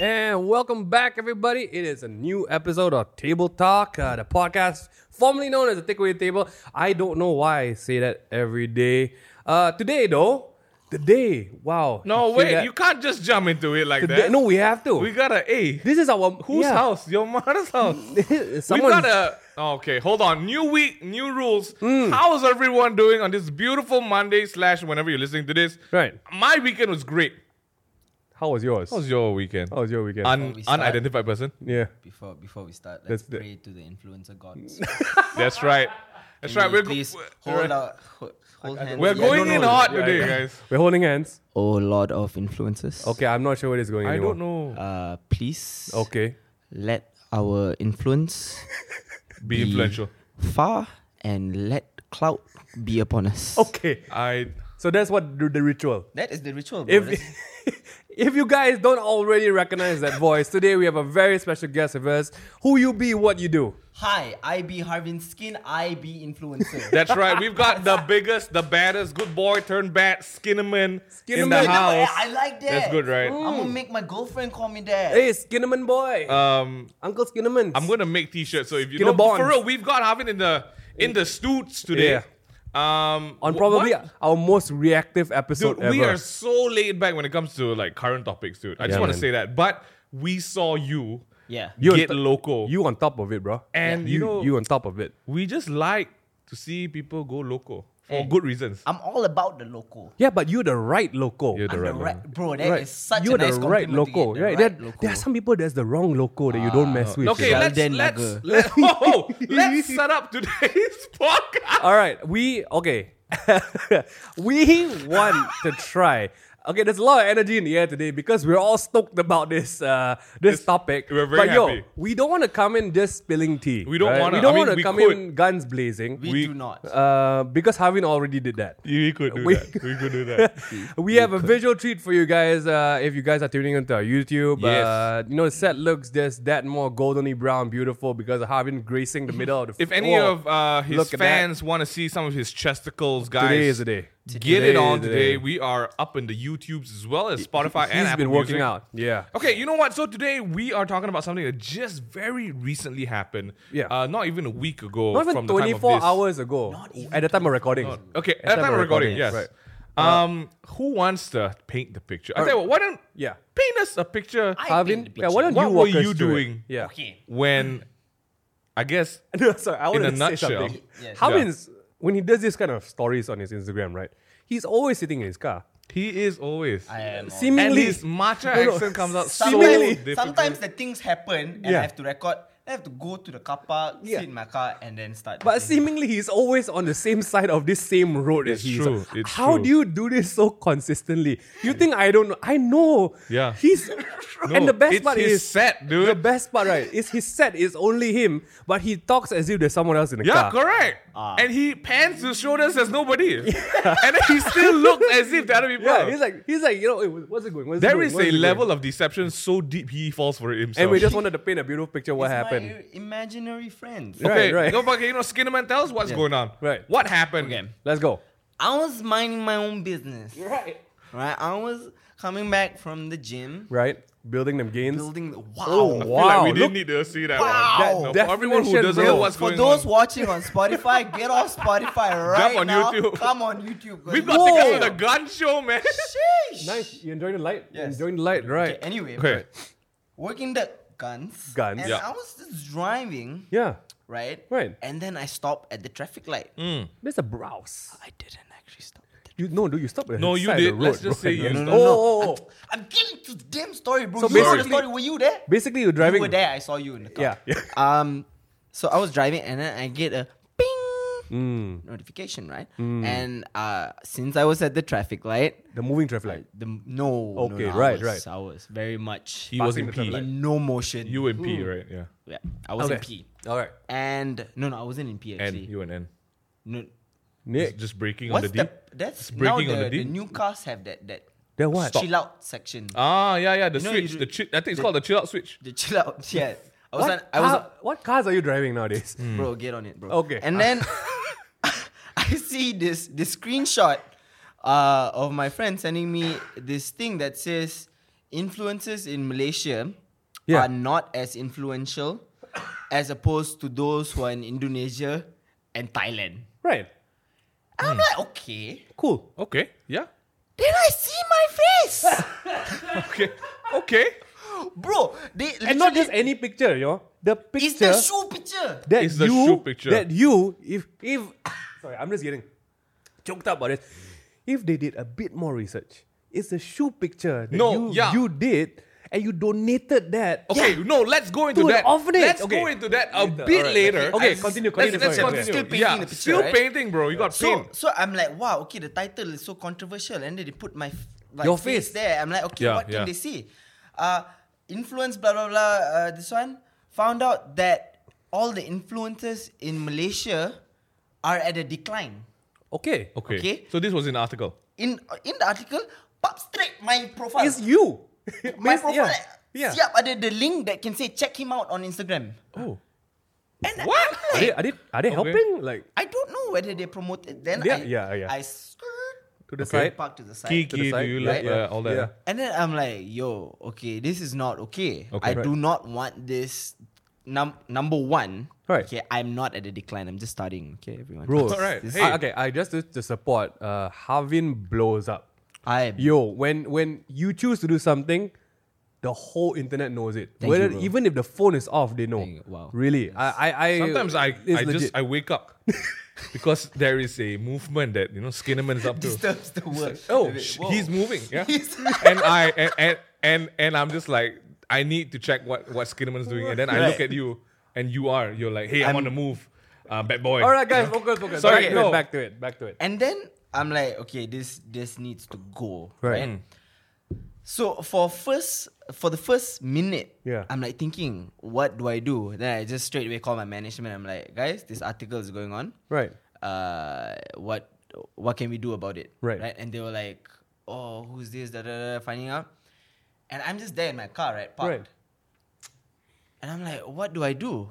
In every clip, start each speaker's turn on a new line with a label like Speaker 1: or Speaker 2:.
Speaker 1: And welcome back, everybody. It is a new episode of Table Talk, uh, the podcast formerly known as the Takeaway Table. I don't know why I say that every day. Uh, today, though, today, wow.
Speaker 2: No,
Speaker 1: I say
Speaker 2: wait,
Speaker 1: that.
Speaker 2: you can't just jump into it like
Speaker 1: Today-
Speaker 2: that.
Speaker 1: No, we have to.
Speaker 2: we gotta. Hey,
Speaker 1: this is our
Speaker 2: whose
Speaker 1: yeah.
Speaker 2: house? Your mother's house.
Speaker 1: Someone.
Speaker 2: We gotta. Okay, hold on. New week, new rules.
Speaker 1: Hmm.
Speaker 2: How is everyone doing on this beautiful Monday slash whenever you're listening to this?
Speaker 1: Right.
Speaker 2: My weekend was great.
Speaker 1: How was yours?
Speaker 2: How was your weekend?
Speaker 1: How was your weekend?
Speaker 2: Un-
Speaker 3: we start-
Speaker 2: unidentified person.
Speaker 1: yeah.
Speaker 3: before before we start,
Speaker 1: That's
Speaker 3: let's
Speaker 1: the-
Speaker 3: pray to the influencer gods.
Speaker 2: That's right. That's right. We're, go-
Speaker 3: please
Speaker 2: we're-
Speaker 3: hold out, hold, hold hands.
Speaker 2: we're
Speaker 3: Yeah,
Speaker 2: going
Speaker 3: no,
Speaker 2: in
Speaker 3: no.
Speaker 2: hot
Speaker 1: Yeah,
Speaker 2: today,
Speaker 1: yeah.
Speaker 2: guys.
Speaker 1: We're holding hands.
Speaker 3: Oh Lord of influencers.
Speaker 1: Okay, I'm not sure where it's going
Speaker 2: I
Speaker 1: anymore.
Speaker 2: don't know.
Speaker 3: Uh, please.
Speaker 1: Okay.
Speaker 3: Let our influence
Speaker 2: Be influential.
Speaker 3: far and let clout be upon us.
Speaker 1: Okay.
Speaker 2: I.
Speaker 1: So that's what the, the ritual.
Speaker 3: That is the ritual. Bro.
Speaker 1: If if you guys don't already recognize that voice, today we have a very special guest with us. Who you be, what you do.
Speaker 3: Hi, I be Harvin Skin. I be influencer.
Speaker 2: That's right. We've got the biggest, the baddest, good boy turned bad, Skinnerman, in
Speaker 1: Skinnerman.
Speaker 2: the house.
Speaker 3: eh, I like that.
Speaker 2: That's good, right?
Speaker 3: I'm gonna make my girlfriend call me that.
Speaker 1: Hey, Skinnerman boy,
Speaker 2: Um,
Speaker 1: Uncle Skinnerman.
Speaker 2: I'm gonna make t-shirts. So if you
Speaker 1: Skinner
Speaker 2: know,
Speaker 1: Bonds.
Speaker 2: for real, we've got Harvin in the in the studs today.
Speaker 1: Yeah.
Speaker 2: Um,
Speaker 1: on
Speaker 2: wh-
Speaker 1: probably
Speaker 2: what-
Speaker 1: our most reactive episode
Speaker 2: dude, we
Speaker 1: ever.
Speaker 2: are so laid back when it comes to like current topics, dude. I just
Speaker 1: Yeah,
Speaker 2: want to
Speaker 1: man.
Speaker 2: say that. But we saw you
Speaker 3: Yeah.
Speaker 1: You on
Speaker 2: get
Speaker 1: top-
Speaker 2: local,
Speaker 1: you on top of it, bro.
Speaker 2: and
Speaker 1: you
Speaker 2: you, know
Speaker 1: you on top of it.
Speaker 2: we just like to see people go local for
Speaker 3: Eh.
Speaker 2: good reasons.
Speaker 3: I'm all about the local.
Speaker 1: Yeah, but you're the right local.
Speaker 2: You're the
Speaker 3: I'm
Speaker 2: right
Speaker 3: the
Speaker 2: one.
Speaker 3: right, bro. That is
Speaker 1: Right.
Speaker 3: such
Speaker 1: you're
Speaker 3: a nice
Speaker 1: the right
Speaker 3: compliment to get,
Speaker 1: local,
Speaker 3: the
Speaker 1: right?
Speaker 3: right
Speaker 1: There-
Speaker 3: local.
Speaker 1: There are some people that's the wrong local that you don't mess with.
Speaker 2: Ah. Okay,
Speaker 1: you know?
Speaker 2: let's
Speaker 3: Sheldon
Speaker 2: let's,
Speaker 3: Lager.
Speaker 2: let's oh, let's set up today's podcast.
Speaker 1: All right, we okay. we want to try. Okay, there's a lot of energy in the air today because we're all stoked about this uh, this topic.
Speaker 2: we're very
Speaker 1: but yo,
Speaker 2: happy.
Speaker 1: we don't want to come in just spilling tea.
Speaker 2: We don't
Speaker 1: right?
Speaker 2: wanna.
Speaker 1: We don't
Speaker 2: I mean,
Speaker 1: want to
Speaker 2: we
Speaker 1: come in guns blazing.
Speaker 3: We,
Speaker 2: We-
Speaker 3: do not.
Speaker 1: uh, because Harvin already did that.
Speaker 2: We could do
Speaker 1: We-
Speaker 2: that. We could do that.
Speaker 1: we have a visual treat for you guys. Uh, if you guys are tuning into our YouTube,
Speaker 2: Yes.
Speaker 1: uh, you know the set looks just that more goldenly brown, beautiful because of Harvin gracing the middle of the.
Speaker 2: If any
Speaker 1: floor.
Speaker 2: of uh, his
Speaker 1: Look at that.
Speaker 2: fans want to see some of his chesticles, guys,
Speaker 1: today is the day.
Speaker 2: Get
Speaker 1: Today
Speaker 2: it on
Speaker 1: is the
Speaker 2: today.
Speaker 1: day.
Speaker 2: We are up in the YouTubes as well as Spotify
Speaker 1: He's
Speaker 2: and Apple
Speaker 1: been working
Speaker 2: Music.
Speaker 1: out. Yeah.
Speaker 2: Okay, you know what? So today we are talking about something that just very recently happened.
Speaker 1: Yeah.
Speaker 2: Uh, not even a week ago.
Speaker 1: Not even
Speaker 2: from the time of
Speaker 1: 24
Speaker 2: this.
Speaker 1: hours ago.
Speaker 3: even
Speaker 1: at the time of recording.
Speaker 2: Okay, at the time of recording, yes.
Speaker 1: Right.
Speaker 2: Um, who wants to paint the picture? I tell you what, why don't
Speaker 1: Yeah.
Speaker 2: paint us a picture
Speaker 3: I
Speaker 1: Arvin,
Speaker 3: paint the
Speaker 1: yeah, why don't
Speaker 3: picture.
Speaker 2: What
Speaker 1: you walk
Speaker 2: were
Speaker 1: us
Speaker 2: you
Speaker 1: through it?
Speaker 2: doing?
Speaker 1: Yeah.
Speaker 3: Okay.
Speaker 2: when I guess
Speaker 1: No, sorry, I want to say
Speaker 2: nutshell.
Speaker 1: something.
Speaker 3: Yes.
Speaker 1: Harvin's, when he does this kind of stories on his Instagram, right? He's always sitting in his
Speaker 3: Oh.
Speaker 1: car.
Speaker 2: he is always
Speaker 3: I am all-
Speaker 2: and
Speaker 1: Seemingly.
Speaker 2: his matcha
Speaker 1: No, no.
Speaker 2: accent comes out so
Speaker 1: Seemingly.
Speaker 3: sometimes,
Speaker 2: difficult.
Speaker 3: sometimes the things happen and
Speaker 1: Yeah.
Speaker 3: I have to record. I have to go to the car park,
Speaker 1: Yeah.
Speaker 3: sit in my car, and then start. the
Speaker 1: But
Speaker 3: thing.
Speaker 1: seemingly he's always on the same side of this same road
Speaker 2: It's
Speaker 1: as he
Speaker 2: true,
Speaker 1: is.
Speaker 2: it's
Speaker 1: How
Speaker 2: true.
Speaker 1: do you do this so consistently? You think I don't know? I know.
Speaker 2: Yeah.
Speaker 1: He's and the best
Speaker 2: it's
Speaker 1: part
Speaker 2: his
Speaker 1: is
Speaker 2: set, dude.
Speaker 1: The best part, right, is his set is only him, but he talks as if there's someone else in the
Speaker 2: Yeah,
Speaker 1: car.
Speaker 2: correct.
Speaker 1: Ah.
Speaker 2: and he pans his shoulders as nobody. and then he still looks as if the other people.
Speaker 1: Yeah,
Speaker 2: are.
Speaker 1: he's like, he's like, you know, "Hey, what's it going? What's it
Speaker 2: there
Speaker 1: going?
Speaker 2: is
Speaker 1: What's
Speaker 2: a
Speaker 1: it going?"
Speaker 2: level of deception so deep he falls for it himself.
Speaker 1: and we just wanted to paint a beautiful picture. What
Speaker 3: It's my
Speaker 1: happened?
Speaker 3: i- imaginary friends.
Speaker 1: Yeah.
Speaker 2: okay,
Speaker 1: Right, right.
Speaker 2: No, but okay, you know, Skinnerman, tell us what's going on.
Speaker 1: Right.
Speaker 2: What happened?
Speaker 3: Okay.
Speaker 1: Let's go.
Speaker 3: I was minding my own business.
Speaker 1: Right,
Speaker 3: Right, I was coming back from the gym,
Speaker 1: right. Building them gains.
Speaker 3: building. Wow.
Speaker 1: Oh,
Speaker 2: I feel like
Speaker 1: Wow,
Speaker 2: we
Speaker 1: look-
Speaker 2: didn't need to see that
Speaker 3: Wow.
Speaker 2: one. No,
Speaker 1: That
Speaker 2: for everyone who
Speaker 1: definition,
Speaker 2: doesn't
Speaker 1: bro.
Speaker 2: know what's
Speaker 3: For
Speaker 2: going
Speaker 3: those
Speaker 2: on.
Speaker 3: watching on Spotify, get off Spotify right
Speaker 2: on
Speaker 3: now.
Speaker 2: YouTube.
Speaker 3: Come on YouTube.
Speaker 2: We've got
Speaker 1: Whoa.
Speaker 2: tickets to the gun show, man.
Speaker 3: Sheesh.
Speaker 1: Nice. You enjoying the light? You
Speaker 3: Yes.
Speaker 1: Enjoying the light, right?
Speaker 3: Okay, anyway,
Speaker 2: Okay.
Speaker 3: working the guns.
Speaker 1: Guns.
Speaker 3: And
Speaker 2: Yeah.
Speaker 3: I was just driving,
Speaker 1: yeah.
Speaker 3: right?
Speaker 1: Right. Mm.
Speaker 3: And then I stopped at the traffic light.
Speaker 1: There's a browse.
Speaker 3: I didn't actually stop. at the-
Speaker 1: You no, do you stop? at
Speaker 2: No,
Speaker 1: the
Speaker 2: you
Speaker 1: side of
Speaker 2: did.
Speaker 1: the
Speaker 2: Let's
Speaker 1: road,
Speaker 2: just
Speaker 1: bro.
Speaker 2: say you
Speaker 1: No, no,
Speaker 2: stopped.
Speaker 1: no, no. Oh, oh, oh.
Speaker 3: I'm getting to the damn story, bro.
Speaker 1: So
Speaker 3: you know the
Speaker 1: basically-
Speaker 3: story. Were you there?
Speaker 1: Basically, you're driving.
Speaker 3: You were there. I saw you in the car.
Speaker 1: Yeah. yeah.
Speaker 3: Um, so I was driving and then I get a
Speaker 1: Mm.
Speaker 3: ping notification, right? And uh, since I was at the traffic light,
Speaker 1: The moving traffic light.
Speaker 3: the no, no,
Speaker 1: Okay,
Speaker 3: no, I
Speaker 1: right, right.
Speaker 3: was- I was very much
Speaker 2: He was
Speaker 1: Passing
Speaker 2: in
Speaker 1: the traffic
Speaker 2: P.
Speaker 1: light.
Speaker 3: in no motion.
Speaker 2: You in P, right? Yeah.
Speaker 3: yeah, I was in
Speaker 1: Okay.
Speaker 3: P,
Speaker 1: All right.
Speaker 3: and no, no, I wasn't in P
Speaker 2: N.
Speaker 3: actually.
Speaker 2: You and N.
Speaker 3: no,
Speaker 1: Nick,
Speaker 2: Just breaking on
Speaker 3: Eh, what's
Speaker 2: the
Speaker 3: the,
Speaker 2: D.
Speaker 3: that's now
Speaker 2: breaking
Speaker 3: the,
Speaker 2: on the D.
Speaker 3: the, new cars have that that
Speaker 1: They're what?
Speaker 3: chill out section.
Speaker 2: Ah, yeah, yeah. The
Speaker 3: You know,
Speaker 2: switch.
Speaker 3: you
Speaker 2: the
Speaker 3: do-
Speaker 2: chi- I think it's called the chill out switch.
Speaker 3: the chill out, yeah. I was,
Speaker 1: What,
Speaker 3: on, I was, Mm.
Speaker 1: car- what cars are you driving nowadays?
Speaker 3: bro, get on it, bro.
Speaker 1: Okay.
Speaker 3: And then I see this this screenshot uh, of my friend sending me this thing that says influencers in Malaysia
Speaker 1: Yeah.
Speaker 3: are not as influential as opposed to those who are in Indonesia and Thailand.
Speaker 1: Right.
Speaker 3: And I'm like, okay.
Speaker 1: Cool.
Speaker 2: Okay. Yeah.
Speaker 3: Hmm. Then I see my face,
Speaker 2: Okay. Okay.
Speaker 3: bro. They
Speaker 1: And not
Speaker 3: literally-
Speaker 1: just any picture, you know. The picture
Speaker 3: it's the shoe picture.
Speaker 1: that
Speaker 2: It's the
Speaker 1: you
Speaker 2: shoe picture.
Speaker 1: that you if if sorry, I'm just getting choked up about this. If they did a bit more research, it's the shoe picture that
Speaker 2: No,
Speaker 1: you
Speaker 2: yeah.
Speaker 1: you did and you donated that.
Speaker 2: Okay, no, let's go into
Speaker 1: To an
Speaker 2: that.
Speaker 1: orphanage.
Speaker 2: Let's
Speaker 1: Okay.
Speaker 2: go into that a
Speaker 1: Later.
Speaker 2: bit
Speaker 1: Alright.
Speaker 2: later.
Speaker 1: Okay,
Speaker 2: Let's-
Speaker 1: continue,
Speaker 2: Let's,
Speaker 1: continue,
Speaker 2: let's
Speaker 1: sorry,
Speaker 2: continue.
Speaker 1: sorry.
Speaker 3: Still painting
Speaker 2: yeah,
Speaker 3: the picture,
Speaker 2: still
Speaker 3: right?
Speaker 2: painting, bro. You got
Speaker 3: So,
Speaker 2: paint.
Speaker 3: so I'm like, wow, okay, the title is so controversial, and then they put my f- like,
Speaker 1: Your
Speaker 3: face.
Speaker 1: face.
Speaker 3: there. I'm like, okay,
Speaker 2: Yeah,
Speaker 3: what
Speaker 2: yeah.
Speaker 3: can they see? Uh, influence, blah blah blah. Uh, this one found out that all the influencers in Malaysia are at a decline.
Speaker 1: Okay.
Speaker 2: Okay.
Speaker 3: Okay.
Speaker 2: So this was an article.
Speaker 3: In uh, in the article, pop straight my profile.
Speaker 1: It's you.
Speaker 3: my
Speaker 1: It's-
Speaker 3: profile.
Speaker 1: Yeah. yeah.
Speaker 3: Siap ada the link that can say check him out on Instagram.
Speaker 1: Oh.
Speaker 3: And I'm
Speaker 2: What?
Speaker 1: Are
Speaker 3: like,
Speaker 1: they are they, are they helping? Like
Speaker 3: I don't know whether they promoted. Then
Speaker 1: Yeah,
Speaker 3: I,
Speaker 1: yeah, yeah.
Speaker 3: I skirt
Speaker 1: to the
Speaker 2: Okay.
Speaker 1: side.
Speaker 3: park to the side.
Speaker 1: to the
Speaker 2: Kiki, do
Speaker 1: side,
Speaker 2: you
Speaker 1: right?
Speaker 2: like
Speaker 1: Yeah.
Speaker 2: uh, all that?
Speaker 1: Yeah.
Speaker 3: And then I'm like, yo, okay, this is not okay.
Speaker 2: Okay.
Speaker 3: I do not want this. Num- number one,
Speaker 1: Right.
Speaker 3: okay, I'm not at a decline. I'm just starting, okay, everyone.
Speaker 1: Bro,
Speaker 2: It's alright.
Speaker 1: this-
Speaker 2: Hey.
Speaker 1: I- okay, I just to, to support uh Harvin blows up.
Speaker 3: I
Speaker 1: Yo, when when you choose to do something, the whole internet knows it.
Speaker 3: Thank
Speaker 1: Whether
Speaker 3: you, bro.
Speaker 1: even if the phone is off, they know.
Speaker 3: Thank you. Wow.
Speaker 1: Really. I, I I
Speaker 2: Sometimes I,
Speaker 1: it's
Speaker 2: I just
Speaker 1: legit.
Speaker 2: I wake up because there is a movement that you know Skinnerman is up to.
Speaker 3: disturbs the world.
Speaker 2: Oh, sh-
Speaker 3: Whoa.
Speaker 2: he's moving. Yeah,
Speaker 3: He's-
Speaker 2: and I and, and and and I'm just like I need to check what what Skinnerman's doing, and then I look
Speaker 3: Right.
Speaker 2: at you, and you are you're like, hey, I'm, on the move, uh, bad boy.
Speaker 1: All right, guys, focus, focus.
Speaker 2: Sorry,
Speaker 1: back, to
Speaker 2: no.
Speaker 1: it, back to it. Back to it.
Speaker 3: And then I'm like, okay, this this needs to go.
Speaker 1: Right.
Speaker 3: Right. So for first for the first minute,
Speaker 1: Yeah.
Speaker 3: I'm like thinking, what do I do? Then I just straight away call my management. I'm like, guys, this article is going on.
Speaker 1: Right.
Speaker 3: Uh, what what can we do about it?
Speaker 1: Right.
Speaker 3: Right. And they were like, oh, who's this? Da, da, da, finding out. And I'm just there in my car, right? Parked.
Speaker 1: Right.
Speaker 3: And I'm like, what do I do?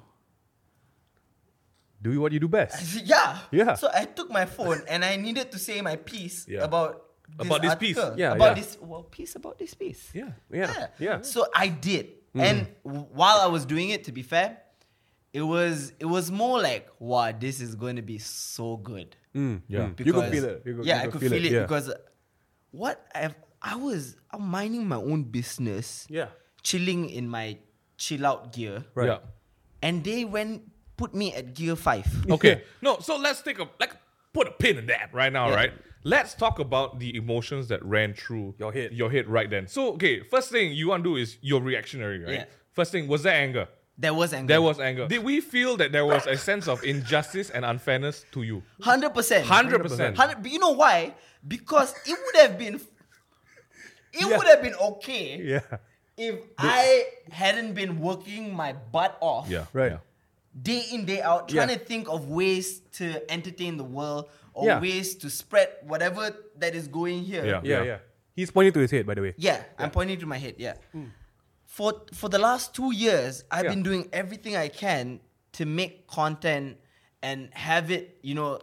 Speaker 1: Do what you do
Speaker 3: I
Speaker 1: best.
Speaker 3: said, yeah.
Speaker 1: Yeah.
Speaker 3: So I took my phone and I needed to say my piece
Speaker 2: Yeah.
Speaker 3: about this
Speaker 2: About this piece.
Speaker 3: article.
Speaker 1: Yeah, yeah.
Speaker 3: About this well piece about this piece.
Speaker 2: Yeah.
Speaker 1: Yeah. Yeah. Mm.
Speaker 3: So I did, and w- while I was doing it, to be fair, it was it was more like, wow, this is going to be so good.
Speaker 1: Mm, yeah.
Speaker 3: Because,
Speaker 1: you could feel it. You could,
Speaker 3: yeah,
Speaker 1: you
Speaker 3: I could feel it,
Speaker 1: yeah.
Speaker 3: because what I've, I was I'm minding my own business,
Speaker 1: Yeah.
Speaker 3: chilling in my chill out gear,
Speaker 1: Right.
Speaker 2: Yeah.
Speaker 3: and they went put me at gear five.
Speaker 2: Okay. No, so let's take a like put a pin in that right now,
Speaker 3: Yeah.
Speaker 2: right? Let's talk about the emotions that ran through
Speaker 1: Your head.
Speaker 2: Your head right then. So okay, first thing you want to do is you're reactionary, right?
Speaker 3: Yeah.
Speaker 2: First thing, was there anger?
Speaker 3: There was anger.
Speaker 2: There was anger. Did we feel that there was a sense of injustice and unfairness to you?
Speaker 3: hundred percent.
Speaker 2: Hundred percent.
Speaker 3: Hundred. But you know why? Because it would have been, it
Speaker 1: Yeah.
Speaker 3: would have been okay
Speaker 1: Yeah.
Speaker 3: if I hadn't been working my butt off,
Speaker 2: Yeah.
Speaker 1: Right.
Speaker 2: Yeah.
Speaker 3: day in day out, trying
Speaker 1: Yeah.
Speaker 3: to think of ways to entertain the world or
Speaker 1: Yeah.
Speaker 3: ways to spread whatever that is going here.
Speaker 2: Yeah.
Speaker 1: Yeah, yeah. He's pointing to his head, by the way.
Speaker 3: Yeah, I'm pointing to my head. Yeah. For for the last two years,
Speaker 1: Hmm.
Speaker 3: I've
Speaker 1: Yeah.
Speaker 3: been doing everything I can to make content and have it, you know,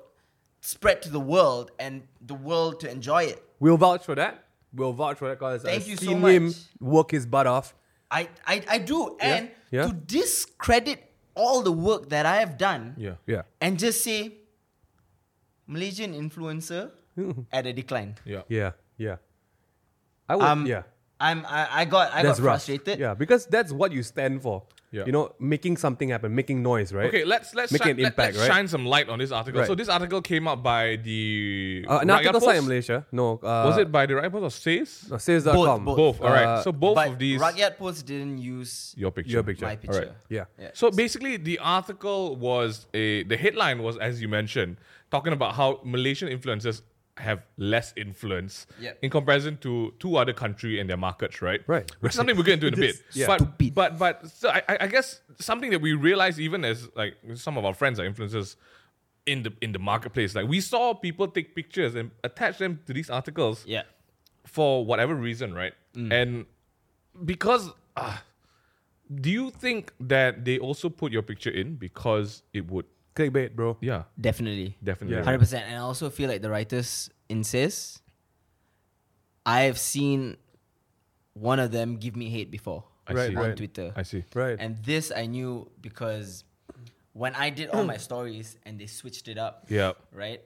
Speaker 3: spread to the world and the world to enjoy it.
Speaker 1: We'll vouch for that. We'll vouch for that because I've
Speaker 3: Thank you so
Speaker 1: seen him
Speaker 3: much.
Speaker 1: work his butt off.
Speaker 3: I I, I do, and
Speaker 1: yeah.
Speaker 3: to discredit all the work that I have done,
Speaker 2: Yeah.
Speaker 1: Yeah.
Speaker 3: and just say Malaysian influencer at a decline.
Speaker 2: Yeah.
Speaker 1: Yeah. Yeah. I would
Speaker 3: Um,
Speaker 1: yeah.
Speaker 3: I'm I, I got I
Speaker 1: That's
Speaker 3: got
Speaker 1: rough.
Speaker 3: frustrated.
Speaker 1: Yeah, because that's what you stand for.
Speaker 2: Yeah.
Speaker 1: You know, making something happen, making noise, right? Uh,
Speaker 2: Okay, let's let's
Speaker 1: Make
Speaker 2: shine,
Speaker 1: an
Speaker 2: let-
Speaker 1: impact,
Speaker 2: let's
Speaker 1: right?
Speaker 2: shine some light on this article.
Speaker 1: Right.
Speaker 2: So this article came out by the
Speaker 1: Uh, an
Speaker 2: Rakyat
Speaker 1: article site in
Speaker 2: Post?
Speaker 1: Malaysia. No. Uh,
Speaker 2: Was it by the right post or says?
Speaker 1: No, sales.com.
Speaker 3: Both,
Speaker 2: Both. All right.
Speaker 1: Uh,
Speaker 2: So both
Speaker 3: but
Speaker 2: of these
Speaker 3: Rakyat Post didn't use
Speaker 2: your picture.
Speaker 1: Your picture.
Speaker 3: my
Speaker 1: Alright.
Speaker 3: picture.
Speaker 1: Yeah.
Speaker 3: Yeah.
Speaker 2: So basically, the article was a the headline was as you mentioned, talking about how Malaysian influencers have less influence
Speaker 3: Yeah.
Speaker 2: in comparison to two other country and their markets, right?
Speaker 1: Right.
Speaker 2: Which is something we'll get into in a bit.
Speaker 1: yeah.
Speaker 2: But
Speaker 3: Stupid.
Speaker 2: but but so I, I- I guess something that we realize even as like some of our friends are influencers in the in the marketplace, like we saw people take pictures and attach them to these articles
Speaker 3: Yeah.
Speaker 2: for whatever reason, right? And because uh, do you think that they also put your picture in because it would?
Speaker 1: Clickbait, bro.
Speaker 2: Yeah,
Speaker 3: Definitely.
Speaker 2: definitely.
Speaker 1: Yeah.
Speaker 2: right?
Speaker 3: Hundred percent. And I also feel like the writers in says I have seen one of them give me hate before
Speaker 2: I
Speaker 1: Right,
Speaker 2: see.
Speaker 1: right.
Speaker 3: on Twitter.
Speaker 2: I see.
Speaker 1: Right.
Speaker 3: And this I knew because when I did all my stories and they switched it up,
Speaker 2: Yeah.
Speaker 3: right?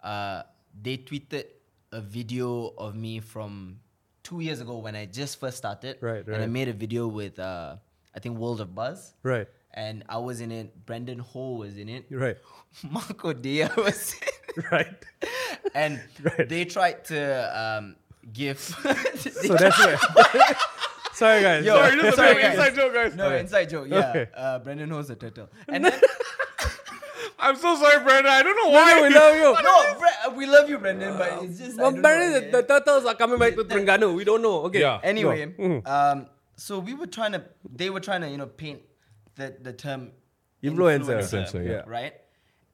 Speaker 3: Uh, they tweeted a video of me from two years ago when I just first started.
Speaker 1: Right,
Speaker 3: And I
Speaker 1: right.
Speaker 3: made a video with, uh, I think, World of Buzz.
Speaker 1: Right.
Speaker 3: And I was in it. Brendan Ho was in it.
Speaker 1: Right.
Speaker 3: Marco Dia was in
Speaker 1: Right.
Speaker 3: it. And
Speaker 1: Right.
Speaker 3: they tried to um, give.
Speaker 1: So that's where. Sorry guys.
Speaker 3: Yo,
Speaker 2: Sorry, this is a bit of
Speaker 3: Sorry, guys.
Speaker 2: inside joke, guys.
Speaker 3: no, inside joke. Yeah.
Speaker 1: Okay.
Speaker 3: Uh, Brendan Ho's a turtle. And then.
Speaker 2: I'm so sorry, Brandon. I don't know why.
Speaker 1: Why we love you?
Speaker 3: no, Bre- we love you, Brendan, but it's just. I
Speaker 1: Well,
Speaker 3: don't know,
Speaker 1: apparently
Speaker 3: yeah.
Speaker 1: the, the turtles are coming back to Terengganu. We don't know. Okay.
Speaker 2: Yeah.
Speaker 3: Anyway,
Speaker 1: No.
Speaker 2: mm.
Speaker 1: Mhm.
Speaker 3: um, so we were trying to, they were trying to, you know, paint the, the term
Speaker 1: Influencer.
Speaker 2: Influencer, yeah.
Speaker 3: right?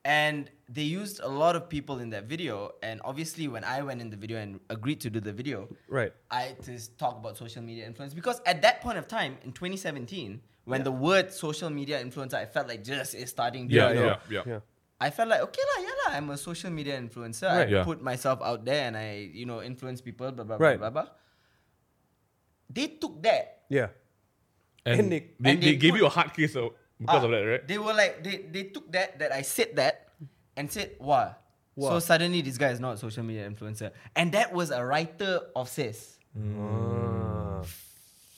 Speaker 3: And they used a lot of people in that video. And obviously, when I went in the video and agreed to do the video,
Speaker 1: Right.
Speaker 3: I had to s- talk about social media influence because at that point of time in 2017, when the word social media influencer, I felt like just is starting. to,
Speaker 2: Yeah,
Speaker 3: you
Speaker 2: yeah,
Speaker 3: know,
Speaker 2: yeah. yeah.
Speaker 1: Yeah.
Speaker 3: I felt like okay lah, yeah lah. I'm a social media influencer.
Speaker 1: Right.
Speaker 3: I
Speaker 2: Yeah.
Speaker 3: put myself out there and I, you know, influence people. Blah blah
Speaker 1: Right.
Speaker 3: blah blah blah. They took that.
Speaker 1: Yeah.
Speaker 2: And,
Speaker 1: And
Speaker 2: they,
Speaker 1: they-
Speaker 2: they,
Speaker 3: and they
Speaker 2: gave
Speaker 3: put-
Speaker 2: you a hard case of, because
Speaker 3: Ah,
Speaker 2: of that, right?
Speaker 3: They were like they, they took that that I said that and said wow.
Speaker 1: Wah.
Speaker 3: So suddenly this guy is not a social media influencer, and that was a writer of says.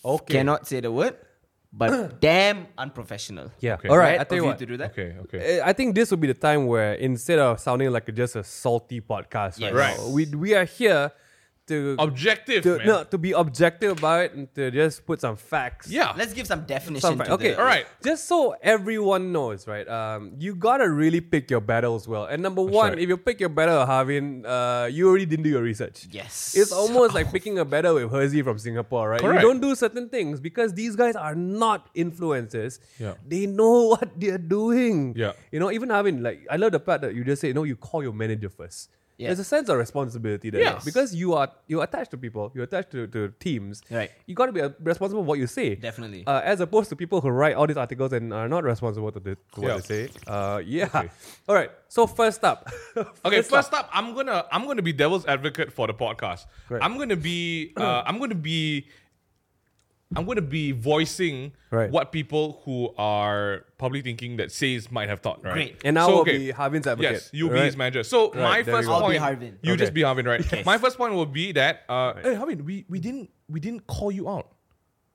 Speaker 1: Okay.
Speaker 3: Cannot say the word, but damn unprofessional.
Speaker 1: yeah.
Speaker 2: Okay.
Speaker 1: All right. I
Speaker 3: Of
Speaker 1: tell you
Speaker 3: you
Speaker 1: what.
Speaker 3: to do that.
Speaker 2: Okay, okay.
Speaker 1: Uh, I think this would be the time where instead of sounding like a, just a salty podcast,
Speaker 3: Yes.
Speaker 2: Right.
Speaker 1: now, we we are here to
Speaker 2: Objective,
Speaker 1: to,
Speaker 2: man.
Speaker 1: no, to be objective about it and to just put some facts.
Speaker 2: yeah.
Speaker 3: Let's give some definition.
Speaker 1: Some fact.
Speaker 3: to
Speaker 1: Okay,
Speaker 3: the-
Speaker 2: All right.
Speaker 1: Just so everyone knows, right? Um, you gotta really pick your battles well. And number one,
Speaker 2: right.
Speaker 1: if you pick your battle, Harvin, uh, you already didn't do your research.
Speaker 3: Yes.
Speaker 1: It's almost like picking a battle with Hersey from Singapore, right?
Speaker 2: Correct.
Speaker 1: You don't do certain things because these guys are not influencers.
Speaker 2: Yeah.
Speaker 1: They know what they're doing.
Speaker 2: Yeah.
Speaker 1: You know, even Harvin, like I love the part that you just say, no, you call your manager first.
Speaker 3: Yeah.
Speaker 1: There's a sense of responsibility there.
Speaker 2: Yes.
Speaker 1: Because you are you're attached to people, you're attached to, to teams.
Speaker 3: Right.
Speaker 1: You gotta be uh, responsible for what you say.
Speaker 3: Definitely.
Speaker 1: Uh, as opposed to people who write all these articles and are not responsible to, the, to what
Speaker 2: Yeah.
Speaker 1: they say. Uh, yeah. All right. So first up.
Speaker 2: Okay, first up, I'm gonna I'm gonna be devil's advocate for the podcast.
Speaker 1: Right.
Speaker 2: I'm gonna be uh, I'm gonna be I'm gonna be voicing
Speaker 1: Right.
Speaker 2: what people who are probably thinking that says might have thought. Right.
Speaker 3: Great.
Speaker 1: And I
Speaker 2: So,
Speaker 1: will
Speaker 2: okay.
Speaker 1: be Harvin's advocate.
Speaker 2: Yes, you'll be
Speaker 1: right?
Speaker 2: his manager. So my
Speaker 1: there
Speaker 2: first
Speaker 1: you go.
Speaker 2: point,
Speaker 3: I'll be Harvin.
Speaker 2: you
Speaker 1: Okay.
Speaker 2: just be Harvin, right? My first point will be that, uh, hey Harvin, we, we didn't we didn't call you out.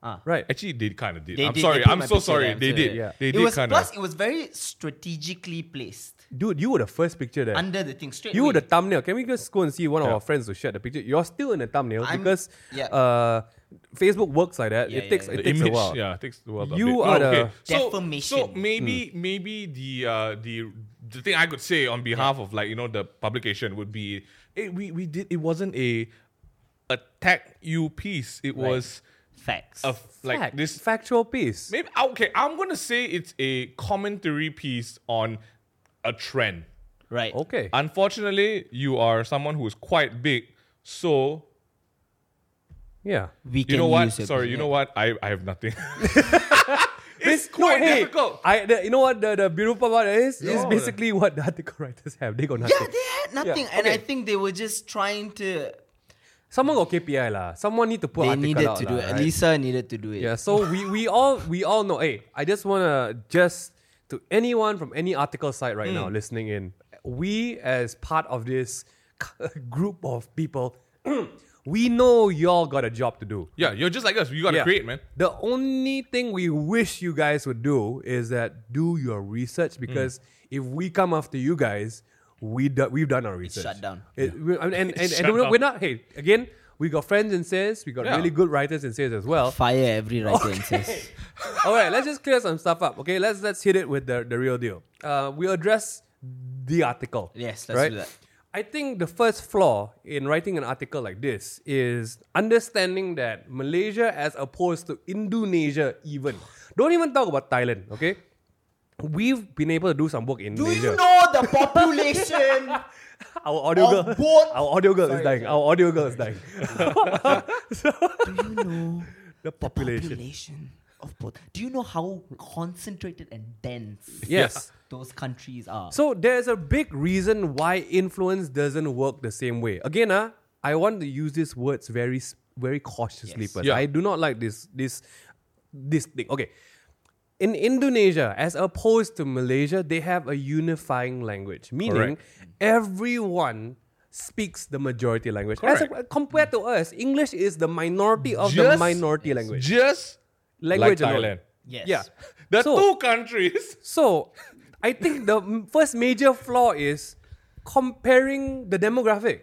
Speaker 3: Ah.
Speaker 1: Right.
Speaker 2: Actually, they kind of did.
Speaker 3: They
Speaker 2: I'm
Speaker 3: did- they
Speaker 2: sorry.
Speaker 3: put
Speaker 2: I'm
Speaker 3: my
Speaker 2: so
Speaker 3: picture
Speaker 2: sorry.
Speaker 3: there,
Speaker 2: They
Speaker 3: so
Speaker 2: did.
Speaker 3: yeah.
Speaker 2: They
Speaker 3: It
Speaker 2: did
Speaker 3: was
Speaker 2: kind
Speaker 3: plus.
Speaker 2: of.
Speaker 3: It was very strategically placed
Speaker 1: Dude, you were the first picture there.
Speaker 3: under the thing straight.
Speaker 1: you were
Speaker 3: away.
Speaker 1: the thumbnail. Can we just go and see one of
Speaker 2: Yeah.
Speaker 1: our friends who shared the picture? You're still in the thumbnail
Speaker 3: I'm-
Speaker 1: because
Speaker 3: yeah.
Speaker 1: uh, Facebook works like that.
Speaker 3: Yeah,
Speaker 1: it takes
Speaker 3: yeah,
Speaker 1: it
Speaker 2: the
Speaker 1: takes
Speaker 2: image,
Speaker 1: a while.
Speaker 2: Yeah, it takes a while. to
Speaker 1: You
Speaker 2: update.
Speaker 1: are Hmm.
Speaker 2: No,
Speaker 1: the-
Speaker 2: So,
Speaker 3: Defamation.
Speaker 2: So maybe maybe the uh, the the thing I could say on behalf of like you know the publication would be eh, we we did it wasn't a attack you piece. It was
Speaker 3: facts.
Speaker 2: a f- like
Speaker 1: Fact-
Speaker 2: this.
Speaker 1: factual piece.
Speaker 2: Maybe ah, okay. I'm gonna say it's a commentary piece on a trend.
Speaker 3: right.
Speaker 1: Okay.
Speaker 2: Unfortunately, you are someone who is quite big, so
Speaker 1: yeah.
Speaker 3: We
Speaker 2: you know what? Sorry, you know what? I, I have nothing. it's
Speaker 1: No,
Speaker 2: quite
Speaker 1: hey,
Speaker 2: difficult.
Speaker 1: I, the, you know what the, the beautiful part is? It's
Speaker 2: No.
Speaker 1: basically what the article writers have. They got nothing.
Speaker 3: Yeah, they had nothing, and I
Speaker 1: okay.
Speaker 3: think they were just trying to.
Speaker 1: Someone got KPI lah. Someone need to put
Speaker 3: They
Speaker 1: article
Speaker 3: needed
Speaker 1: out
Speaker 3: to
Speaker 1: lah,
Speaker 3: do it.
Speaker 1: right?
Speaker 3: Lisa needed to do it.
Speaker 1: Yeah, so we, we all we all know. Hey, I just wanna just to anyone from any article site right
Speaker 2: Mm.
Speaker 1: now listening in, we as part of this group of people, we know y'all got a job to do.
Speaker 2: Yeah, you're just like us. You gotta
Speaker 1: Yeah.
Speaker 2: create, man.
Speaker 1: The only thing we wish you guys would do is that do your
Speaker 2: Mm.
Speaker 1: research because if we come after you guys, we do, we've done our research.
Speaker 3: shut down.
Speaker 1: It- we- and and, and,
Speaker 2: shut
Speaker 1: and we're,
Speaker 2: down.
Speaker 1: we're not. Hey, again, we got friends in says. We got
Speaker 2: Yeah.
Speaker 1: really good writers in says as well.
Speaker 3: Fire every writer and says.
Speaker 1: All right, let's just clear some stuff up. Okay, let's let's hit it with the, the real deal. Uh, we address the article.
Speaker 3: Yes, let's
Speaker 1: right?
Speaker 3: do that.
Speaker 1: I think the first flaw in writing an article like this is understanding that Malaysia, as opposed to Indonesia, even don't even talk about Thailand. Okay, we've been able to do some work in
Speaker 3: Do
Speaker 1: Malaysia.
Speaker 3: you know the population?
Speaker 1: our audio
Speaker 3: of
Speaker 1: girl,
Speaker 3: both-
Speaker 1: our audio girl
Speaker 3: Sorry,
Speaker 1: is dying. Our audio girl is dying. So-
Speaker 3: Do you know
Speaker 1: the population.
Speaker 3: population of both? Do you know how concentrated and dense
Speaker 1: Yes.
Speaker 3: those countries are?
Speaker 1: So there's a big reason why influence doesn't work the same way. Again, ah, I want to use these words very s- very cautiously.
Speaker 3: Yes.
Speaker 1: But
Speaker 2: Yeah.
Speaker 1: I do not like this this this thing. Okay. In Indonesia, as opposed to Malaysia, they have a unifying language, meaning everyone speaks the majority language. As a- compared to us, English is the minority of the
Speaker 2: Just-
Speaker 1: minority language.
Speaker 2: Just
Speaker 1: Language
Speaker 2: like
Speaker 1: alone.
Speaker 2: Thailand.
Speaker 3: Yes.
Speaker 1: Yeah.
Speaker 2: The
Speaker 1: So-
Speaker 2: two countries.
Speaker 1: So, I think the m- first major flaw is comparing the demographic.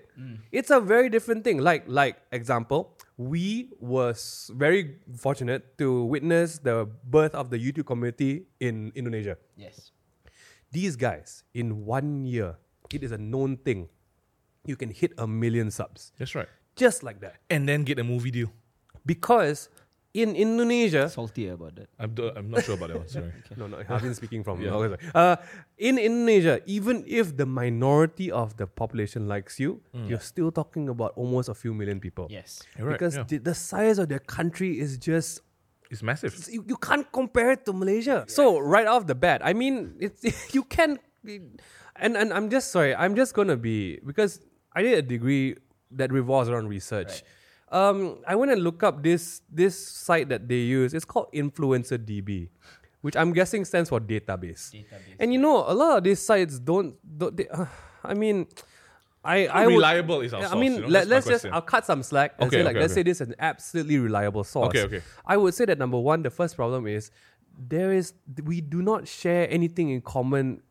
Speaker 1: It's a very different thing. Like, like example, we was very fortunate to witness the birth of the YouTube community in Indonesia.
Speaker 3: Yes.
Speaker 1: These guys, in one year, it is a known thing. You can hit a million subs
Speaker 2: That's right.
Speaker 1: just like that
Speaker 2: And then get a movie deal.
Speaker 1: because in Indonesia,
Speaker 3: Saltier about that.
Speaker 2: I'm, do- I'm not sure about that one. Sorry.
Speaker 1: No, no, I've been speaking from. okay, sorry. Uh, in Indonesia, even if the minority of the population likes you, you're still talking about almost a few million people.
Speaker 3: Yes.
Speaker 2: You're right,
Speaker 1: because
Speaker 2: Mm. yeah.
Speaker 1: the, the size of their country is just.
Speaker 2: It's massive.
Speaker 1: You, you can't compare it to Malaysia. So, right off the bat, I mean, it's, you can. And, and I'm just sorry, I'm just going to be. Because I did a degree that revolves around research. Um, I went and looked up this this site that they use. It's called Influencer DB, which I'm guessing stands for database.
Speaker 3: Database.
Speaker 1: And you know, a lot of these sites don't. don't they, I mean, I I would-
Speaker 2: reliable is our
Speaker 1: I
Speaker 2: source,
Speaker 1: mean,
Speaker 2: you know,
Speaker 1: let,
Speaker 2: that's my
Speaker 1: us just
Speaker 2: question.
Speaker 1: I'll cut some slack and
Speaker 2: Okay,
Speaker 1: say like
Speaker 2: okay,
Speaker 1: let's
Speaker 2: okay.
Speaker 1: say this is an absolutely reliable source.
Speaker 2: Okay, okay.
Speaker 1: I would say that number one, the first problem is there is we do not share anything in common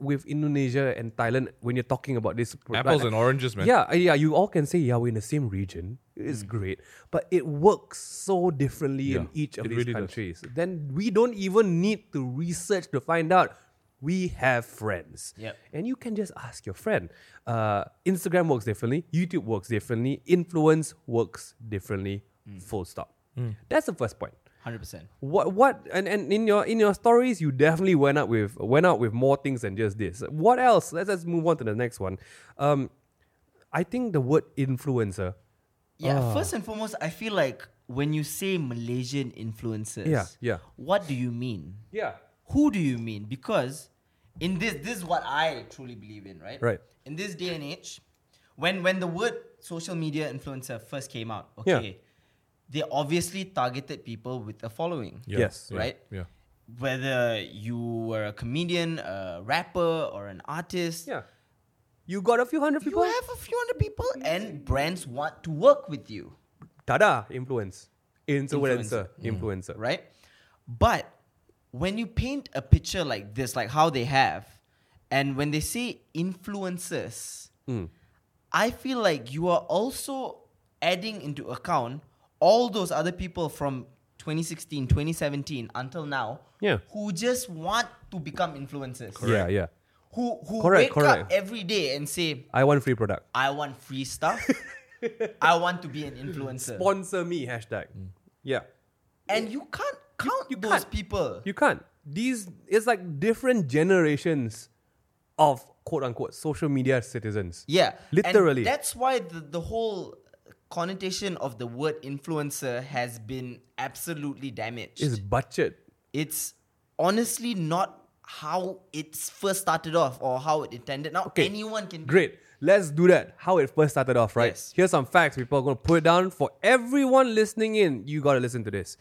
Speaker 1: with Indonesia and Thailand when you're talking about this.
Speaker 2: Apples and oranges, man. Hmm.
Speaker 1: Yeah, uh, yeah. You all can say yeah, we're in the same region. It's great, but it works so differently in
Speaker 2: Yeah,
Speaker 1: each of
Speaker 2: it
Speaker 1: these
Speaker 2: really does.
Speaker 1: countries. Then we don't even need to research to find out. We have friends,
Speaker 3: Yep.
Speaker 1: and you can just ask your friend. Uh, Instagram works differently. YouTube works differently. Influence works differently.
Speaker 2: Hmm.
Speaker 1: Full stop. That's the first point.
Speaker 3: 100%.
Speaker 1: What what and, and in your in your stories you definitely went out with went out with more things than just this. What else? Let's let's move on to the next one. Um, I think the word influencer.
Speaker 3: Yeah,
Speaker 1: Ah.
Speaker 3: first and foremost, I feel like when you say Malaysian influencers,
Speaker 1: Yeah, yeah.
Speaker 3: what do you mean?
Speaker 1: Yeah.
Speaker 3: Who do you mean? Because in this this is what I truly believe in, right?
Speaker 1: Right.
Speaker 3: In this day and age, when when the word social media influencer first came out,
Speaker 1: Yeah.
Speaker 3: okay, they obviously targeted people with a following.
Speaker 2: Yeah,
Speaker 1: Yes.
Speaker 2: yeah,
Speaker 3: Right?
Speaker 2: Yeah.
Speaker 3: Whether you were a comedian, a rapper, or an artist,
Speaker 1: Yeah. You got a few hundred
Speaker 3: you
Speaker 1: people.
Speaker 3: have a few hundred people, and brands want to work with you.
Speaker 1: Tada! Influence. Influencer. Influencer.
Speaker 3: right? But when you paint a picture like this, like how they have, and when they say influences,
Speaker 1: Hmm.
Speaker 3: I feel like you are also adding into account all those other people from 2016, 2017 until now
Speaker 1: Yeah.
Speaker 3: who just want to become influencers.
Speaker 1: Yeah, yeah.
Speaker 3: Who who
Speaker 1: Correct,
Speaker 3: wake
Speaker 1: correct.
Speaker 3: up every day and say,
Speaker 1: I want free product.
Speaker 3: I want free stuff. I want to be an influencer.
Speaker 1: Sponsor me hashtag. Yeah.
Speaker 3: and you can't count
Speaker 1: you
Speaker 3: those
Speaker 1: can't.
Speaker 3: people.
Speaker 1: You can't. These it's like different generations of quote unquote social media citizens.
Speaker 3: Yeah. and
Speaker 1: Literally.
Speaker 3: that's why the, the whole connotation of the word influencer has been absolutely damaged.
Speaker 1: It's budget.
Speaker 3: It's honestly not how it's first started off or how it intended. Now
Speaker 1: Okay.
Speaker 3: anyone can
Speaker 1: Great. Let's do that. How it first started off, right?
Speaker 3: Yes.
Speaker 1: Here's some facts people are going to put down for everyone listening in. You got to listen to this.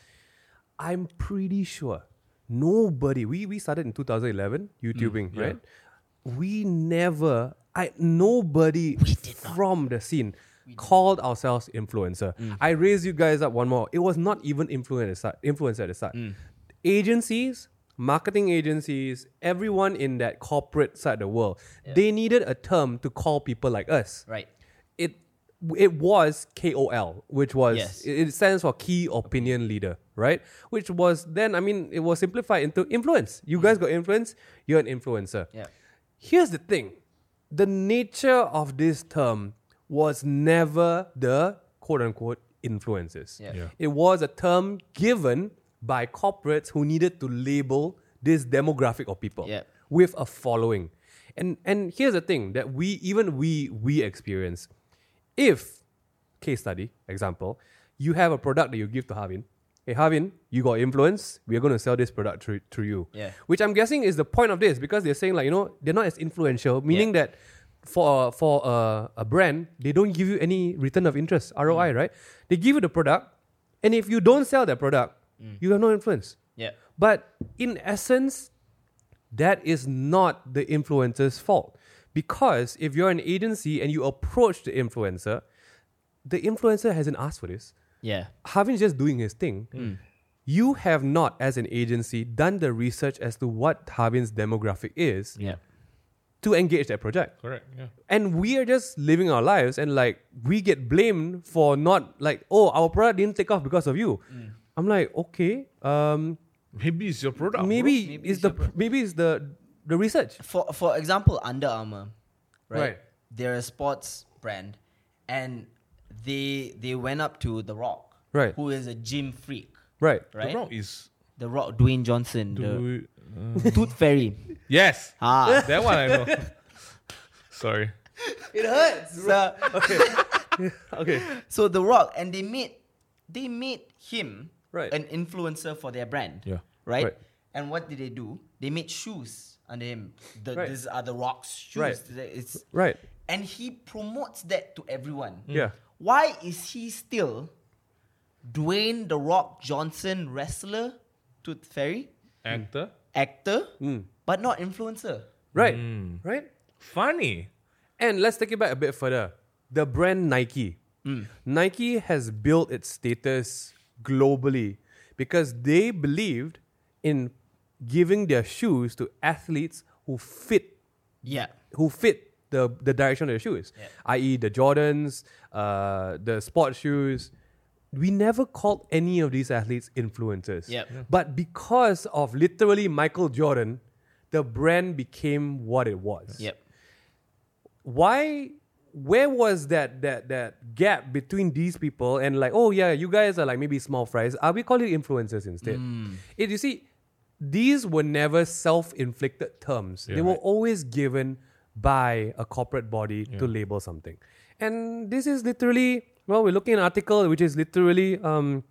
Speaker 1: I'm pretty sure nobody, we, we started in 2011, YouTubing, right? We never, I nobody from the scene called ourselves influencer. I raised you guys up one more. It was not even influencer, influencer at the start. Agencies, marketing agencies, everyone in that corporate side of the world, they needed a term to call people like us
Speaker 3: Right.
Speaker 1: it it was KOL, which was
Speaker 3: Yes.
Speaker 1: it it stands for key opinion leader, right? Which was then I mean it was simplified into influence. You guys got influence, you're an influencer.
Speaker 3: Yeah.
Speaker 1: Here's the thing. The nature of this term was never the quote unquote influences.
Speaker 3: Yeah. Yeah.
Speaker 1: It was a term given by corporates who needed to label this demographic of people
Speaker 3: Yeah.
Speaker 1: with a following. And and here's the thing that we even we we experience. If case study example, you have a product that you give to Harvin. Hey Harvin, you got influence. We are going to sell this product through through you.
Speaker 3: Yeah.
Speaker 1: Which I'm guessing is the point of this because they're saying like you know they're not as influential, meaning that for a, for a, a brand, they don't give you any return of interest ROI, right? They give you the product, and if you don't sell that product, you have no influence.
Speaker 3: Yeah.
Speaker 1: But in essence, that is not the influencer's fault. Because if you're an agency and you approach the influencer, the influencer hasn't asked for this.
Speaker 3: Yeah.
Speaker 1: Harvin's just doing his thing.
Speaker 3: Mm.
Speaker 1: You have not, as an agency, done the research as to what Harvin's demographic is
Speaker 3: Yeah.
Speaker 1: to engage that project
Speaker 2: Correct. Yeah.
Speaker 1: and we are just living our lives and like we get blamed for not like oh our product didn't take off because of you
Speaker 3: Mm.
Speaker 1: i'm like okay um
Speaker 2: Maybe it's your product.
Speaker 1: maybe,
Speaker 3: Maybe
Speaker 1: it's
Speaker 3: it's
Speaker 1: the
Speaker 3: your product.
Speaker 1: maybe it's the the research
Speaker 3: For for example, Under Armour, right?
Speaker 1: Right.
Speaker 3: They're a sports brand, and they they went up to The Rock,
Speaker 1: Right.
Speaker 3: Who is a gym freak,
Speaker 1: right
Speaker 2: bro.
Speaker 3: right?
Speaker 2: The rock is.
Speaker 3: The Rock, Dwayne Johnson, the
Speaker 2: Do we-
Speaker 3: Tooth Fairy.
Speaker 2: yes.
Speaker 3: Ah,
Speaker 2: That one I know. Sorry.
Speaker 3: it hurts. So,
Speaker 1: okay
Speaker 3: so The Rock, and they made they made him
Speaker 1: Right.
Speaker 3: an influencer for their brand.
Speaker 2: Yeah.
Speaker 3: Right?
Speaker 1: Right.
Speaker 3: And what did they do? They made shoes under him. The,
Speaker 1: Right.
Speaker 3: These are the Rock's shoes.
Speaker 1: Right.
Speaker 3: It's,
Speaker 1: right Mm.
Speaker 3: and he promotes that to everyone.
Speaker 1: Yeah.
Speaker 3: Why is he still Dwayne the Rock Johnson wrestler, Tooth Fairy,
Speaker 2: Actor.
Speaker 3: actor,
Speaker 1: Mm.
Speaker 3: but not influencer?
Speaker 1: right right
Speaker 2: Funny.
Speaker 1: and let's take it back a bit further the brand nike nike has built its status globally because they believed in giving their shoes to athletes who fit
Speaker 3: Yeah.
Speaker 1: who fit the the direction of the shoes,
Speaker 3: Yeah.
Speaker 1: i.e. e the Jordans, uh, the sports shoes. We never called any of these athletes influencers.
Speaker 3: Yep. Yeah.
Speaker 1: But because of literally Michael Jordan, the brand became what it was.
Speaker 3: Yep.
Speaker 1: Why? Where was that that that gap between these people and like, oh yeah, you guys are like maybe small fries. Are we calling influencers instead?
Speaker 2: Mm.
Speaker 1: It you see, these were never self-inflicted terms. They
Speaker 2: Yeah.
Speaker 1: were always given by a corporate body to label something. And this is literally, well, we're looking at an article which is literally, um,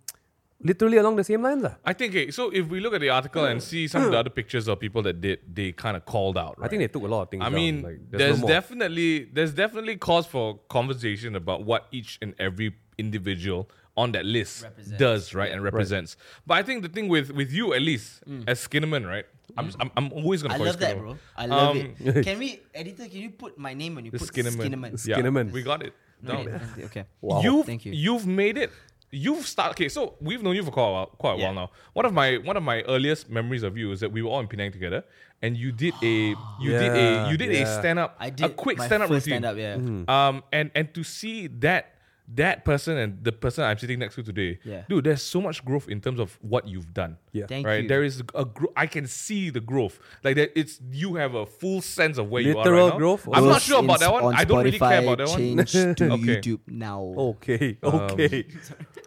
Speaker 1: literally along the same lines. lah.
Speaker 2: I think okay, so if we look at the article and see some of the other pictures of people that did they kind of called out,
Speaker 1: I
Speaker 2: right?
Speaker 1: think they took a lot of things.
Speaker 2: I
Speaker 1: down,
Speaker 2: mean,
Speaker 1: like,
Speaker 2: there's,
Speaker 1: no more.
Speaker 2: definitely there's definitely cause for conversation about what each and every individual on that list
Speaker 3: Represents.
Speaker 2: does, right, and represents. But I think the thing with with you at least as Skinnerman, right? I'm, just, I'm I'm always gonna
Speaker 3: Mm. I
Speaker 2: call you
Speaker 3: love that,
Speaker 2: Skinnaman.
Speaker 3: bro. I love
Speaker 2: Um,
Speaker 3: it. Can we, editor, can you put my name when you
Speaker 2: The
Speaker 3: put
Speaker 2: Skinnaman.
Speaker 3: Skinnaman?
Speaker 2: Yeah,
Speaker 1: Skinnaman.
Speaker 2: we got it.
Speaker 3: No,
Speaker 2: down.
Speaker 3: wait, okay.
Speaker 1: Wow.
Speaker 2: You've,
Speaker 3: Thank you.
Speaker 2: You've made it. You've started. Okay, so we've known you for quite a while, quite a
Speaker 3: Yeah.
Speaker 2: while now. One of my one of my earliest memories of you is that we were all in Penang together, and you did a you did a
Speaker 1: Yeah,
Speaker 2: you did
Speaker 1: yeah.
Speaker 2: a stand up
Speaker 3: I did
Speaker 2: a quick
Speaker 3: my
Speaker 2: stand up
Speaker 3: first
Speaker 2: routine.
Speaker 3: stand-up, yeah.
Speaker 1: Hmm.
Speaker 2: Um, and and to see that that person and the person I'm sitting next to today,
Speaker 3: Yeah.
Speaker 2: dude, there's so much growth in terms of what you've done.
Speaker 1: Yeah.
Speaker 3: Thank
Speaker 2: right.
Speaker 3: you.
Speaker 2: There is a gro- I can see the growth. Like that, it's you have a full sense of where you are
Speaker 1: Literal
Speaker 2: right now.
Speaker 1: growth or
Speaker 2: I'm not
Speaker 1: just
Speaker 2: sure about
Speaker 3: In-
Speaker 2: that one.
Speaker 3: on
Speaker 2: I don't really care
Speaker 3: Spotify,
Speaker 2: about that one.
Speaker 3: Change to
Speaker 2: Okay.
Speaker 3: YouTube now.
Speaker 1: Okay,
Speaker 2: Um,
Speaker 1: okay.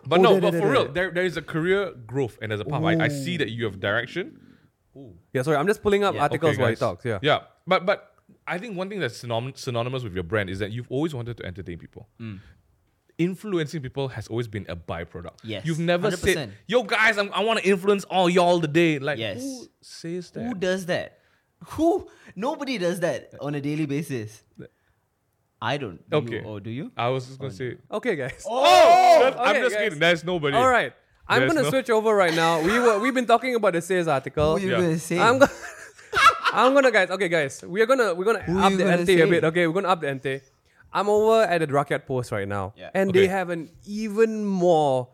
Speaker 2: But
Speaker 1: Oh,
Speaker 2: no,
Speaker 1: there, there,
Speaker 2: but for
Speaker 1: there,
Speaker 2: real,
Speaker 1: there.
Speaker 2: there, there is a career growth and there's a path. I, I see that you have direction.
Speaker 1: yeah, sorry, I'm just pulling up articles
Speaker 2: Okay,
Speaker 1: while he
Speaker 2: guys.
Speaker 1: talks. Yeah.
Speaker 2: yeah. But but I think one thing that's synonym, synonymous with your brand is that you've always wanted to entertain people.
Speaker 1: Mm.
Speaker 2: Influencing people has always been a byproduct.
Speaker 3: Yes,
Speaker 2: you've never
Speaker 3: 100%.
Speaker 2: said, "Yo, guys, I'm, I want to influence all y'all today." Like,
Speaker 3: Yes.
Speaker 2: who says that?
Speaker 3: Who does that? Who? Nobody does that on a daily basis. I don't. You-
Speaker 2: Okay.
Speaker 3: or do you?
Speaker 2: I was just gonna say,
Speaker 1: Okay, guys.
Speaker 2: oh, that's-
Speaker 1: okay,
Speaker 2: I'm just
Speaker 1: guys.
Speaker 2: kidding. There's nobody.
Speaker 1: All right. I'm
Speaker 2: There's
Speaker 1: gonna
Speaker 2: no-
Speaker 1: switch over right now. We were we've been talking about the sales article.
Speaker 3: Who you
Speaker 2: Yeah.
Speaker 3: gonna say?
Speaker 1: I'm gonna I'm gonna guys. Okay, guys. We are gonna we're gonna
Speaker 3: Who
Speaker 1: up
Speaker 3: you
Speaker 1: the
Speaker 3: gonna
Speaker 1: ante a
Speaker 3: say?
Speaker 1: bit. Okay, we're gonna up the ante. I'm over at the Drakyat Post right now,
Speaker 3: Yeah.
Speaker 1: and they
Speaker 2: Okay.
Speaker 1: have an even more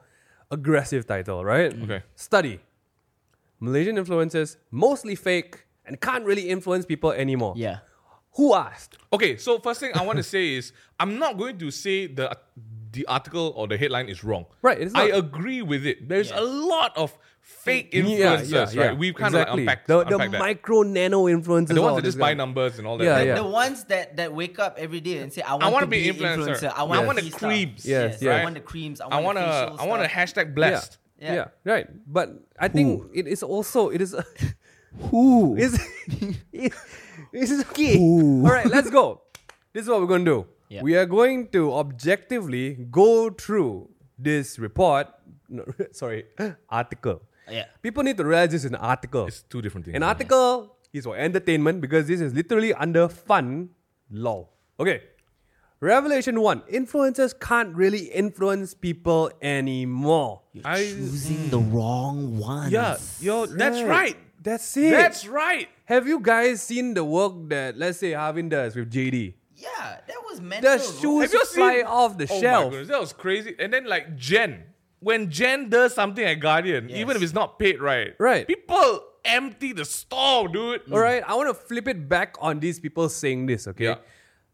Speaker 1: aggressive title, right?
Speaker 2: Okay.
Speaker 1: Study: Malaysian influencers mostly fake and can't really influence people anymore.
Speaker 3: yeah.
Speaker 1: Who asked?
Speaker 2: Okay, so first thing I want to say is I'm not going to say the the article or the headline is wrong.
Speaker 1: Right, it's
Speaker 2: I
Speaker 1: not.
Speaker 2: agree with it. There's
Speaker 3: Yes.
Speaker 2: a lot of fake
Speaker 1: Yeah, yeah,
Speaker 2: influencers, right? We've kind of
Speaker 1: exactly.
Speaker 2: like unpacked,
Speaker 1: the, the
Speaker 2: unpacked that.
Speaker 1: micro nano influencers.
Speaker 2: the
Speaker 1: all
Speaker 2: ones that
Speaker 1: this
Speaker 2: just buy
Speaker 1: guy.
Speaker 2: numbers and all that.
Speaker 1: Yeah,
Speaker 2: right?
Speaker 1: yeah.
Speaker 3: The ones that that wake up every day and say, "I want,
Speaker 2: wanna
Speaker 3: to
Speaker 2: be
Speaker 3: be
Speaker 2: influencer.
Speaker 3: influencer. I
Speaker 2: I
Speaker 3: want,
Speaker 2: wanna
Speaker 3: to see stuff."
Speaker 2: creams.
Speaker 1: Yes,
Speaker 3: I
Speaker 1: yes.
Speaker 3: want the creams. I
Speaker 2: I
Speaker 3: want
Speaker 2: want
Speaker 3: the
Speaker 2: to
Speaker 3: facial
Speaker 2: I want to
Speaker 3: stuff.
Speaker 2: hashtag blast.
Speaker 1: Yeah.
Speaker 3: Yeah.
Speaker 1: yeah, right. But I think it is also it is
Speaker 3: Who?
Speaker 1: is this is okay. All right, let's go. This is what we're going to do.
Speaker 3: Yeah.
Speaker 1: We are going to objectively go through this report. No, sorry, article.
Speaker 3: Yeah.
Speaker 1: People need to realize this is an article.
Speaker 2: It's two different things.
Speaker 1: an article is for entertainment because this is literally under fun law. Okay. Revelation 1. Influencers can't really influence people anymore.
Speaker 2: I
Speaker 3: Choosing
Speaker 1: mm.
Speaker 3: the wrong ones.
Speaker 2: yeah, yo, that's right.
Speaker 1: That's it.
Speaker 2: That's right.
Speaker 1: Have you guys seen the work that, let's say, Harvin does with JD?
Speaker 2: Mm.
Speaker 3: Yeah, that was mental.
Speaker 1: The
Speaker 3: bro.
Speaker 1: shoes fly off the
Speaker 2: Oh my
Speaker 1: shelf.
Speaker 2: goodness, that was crazy. And then like Jen, when Jen does something at Guardian, even if it's not paid, right?
Speaker 1: Right.
Speaker 2: People empty the store, dude.
Speaker 1: All right, I want to flip it back on these people saying this, okay?
Speaker 2: Yeah.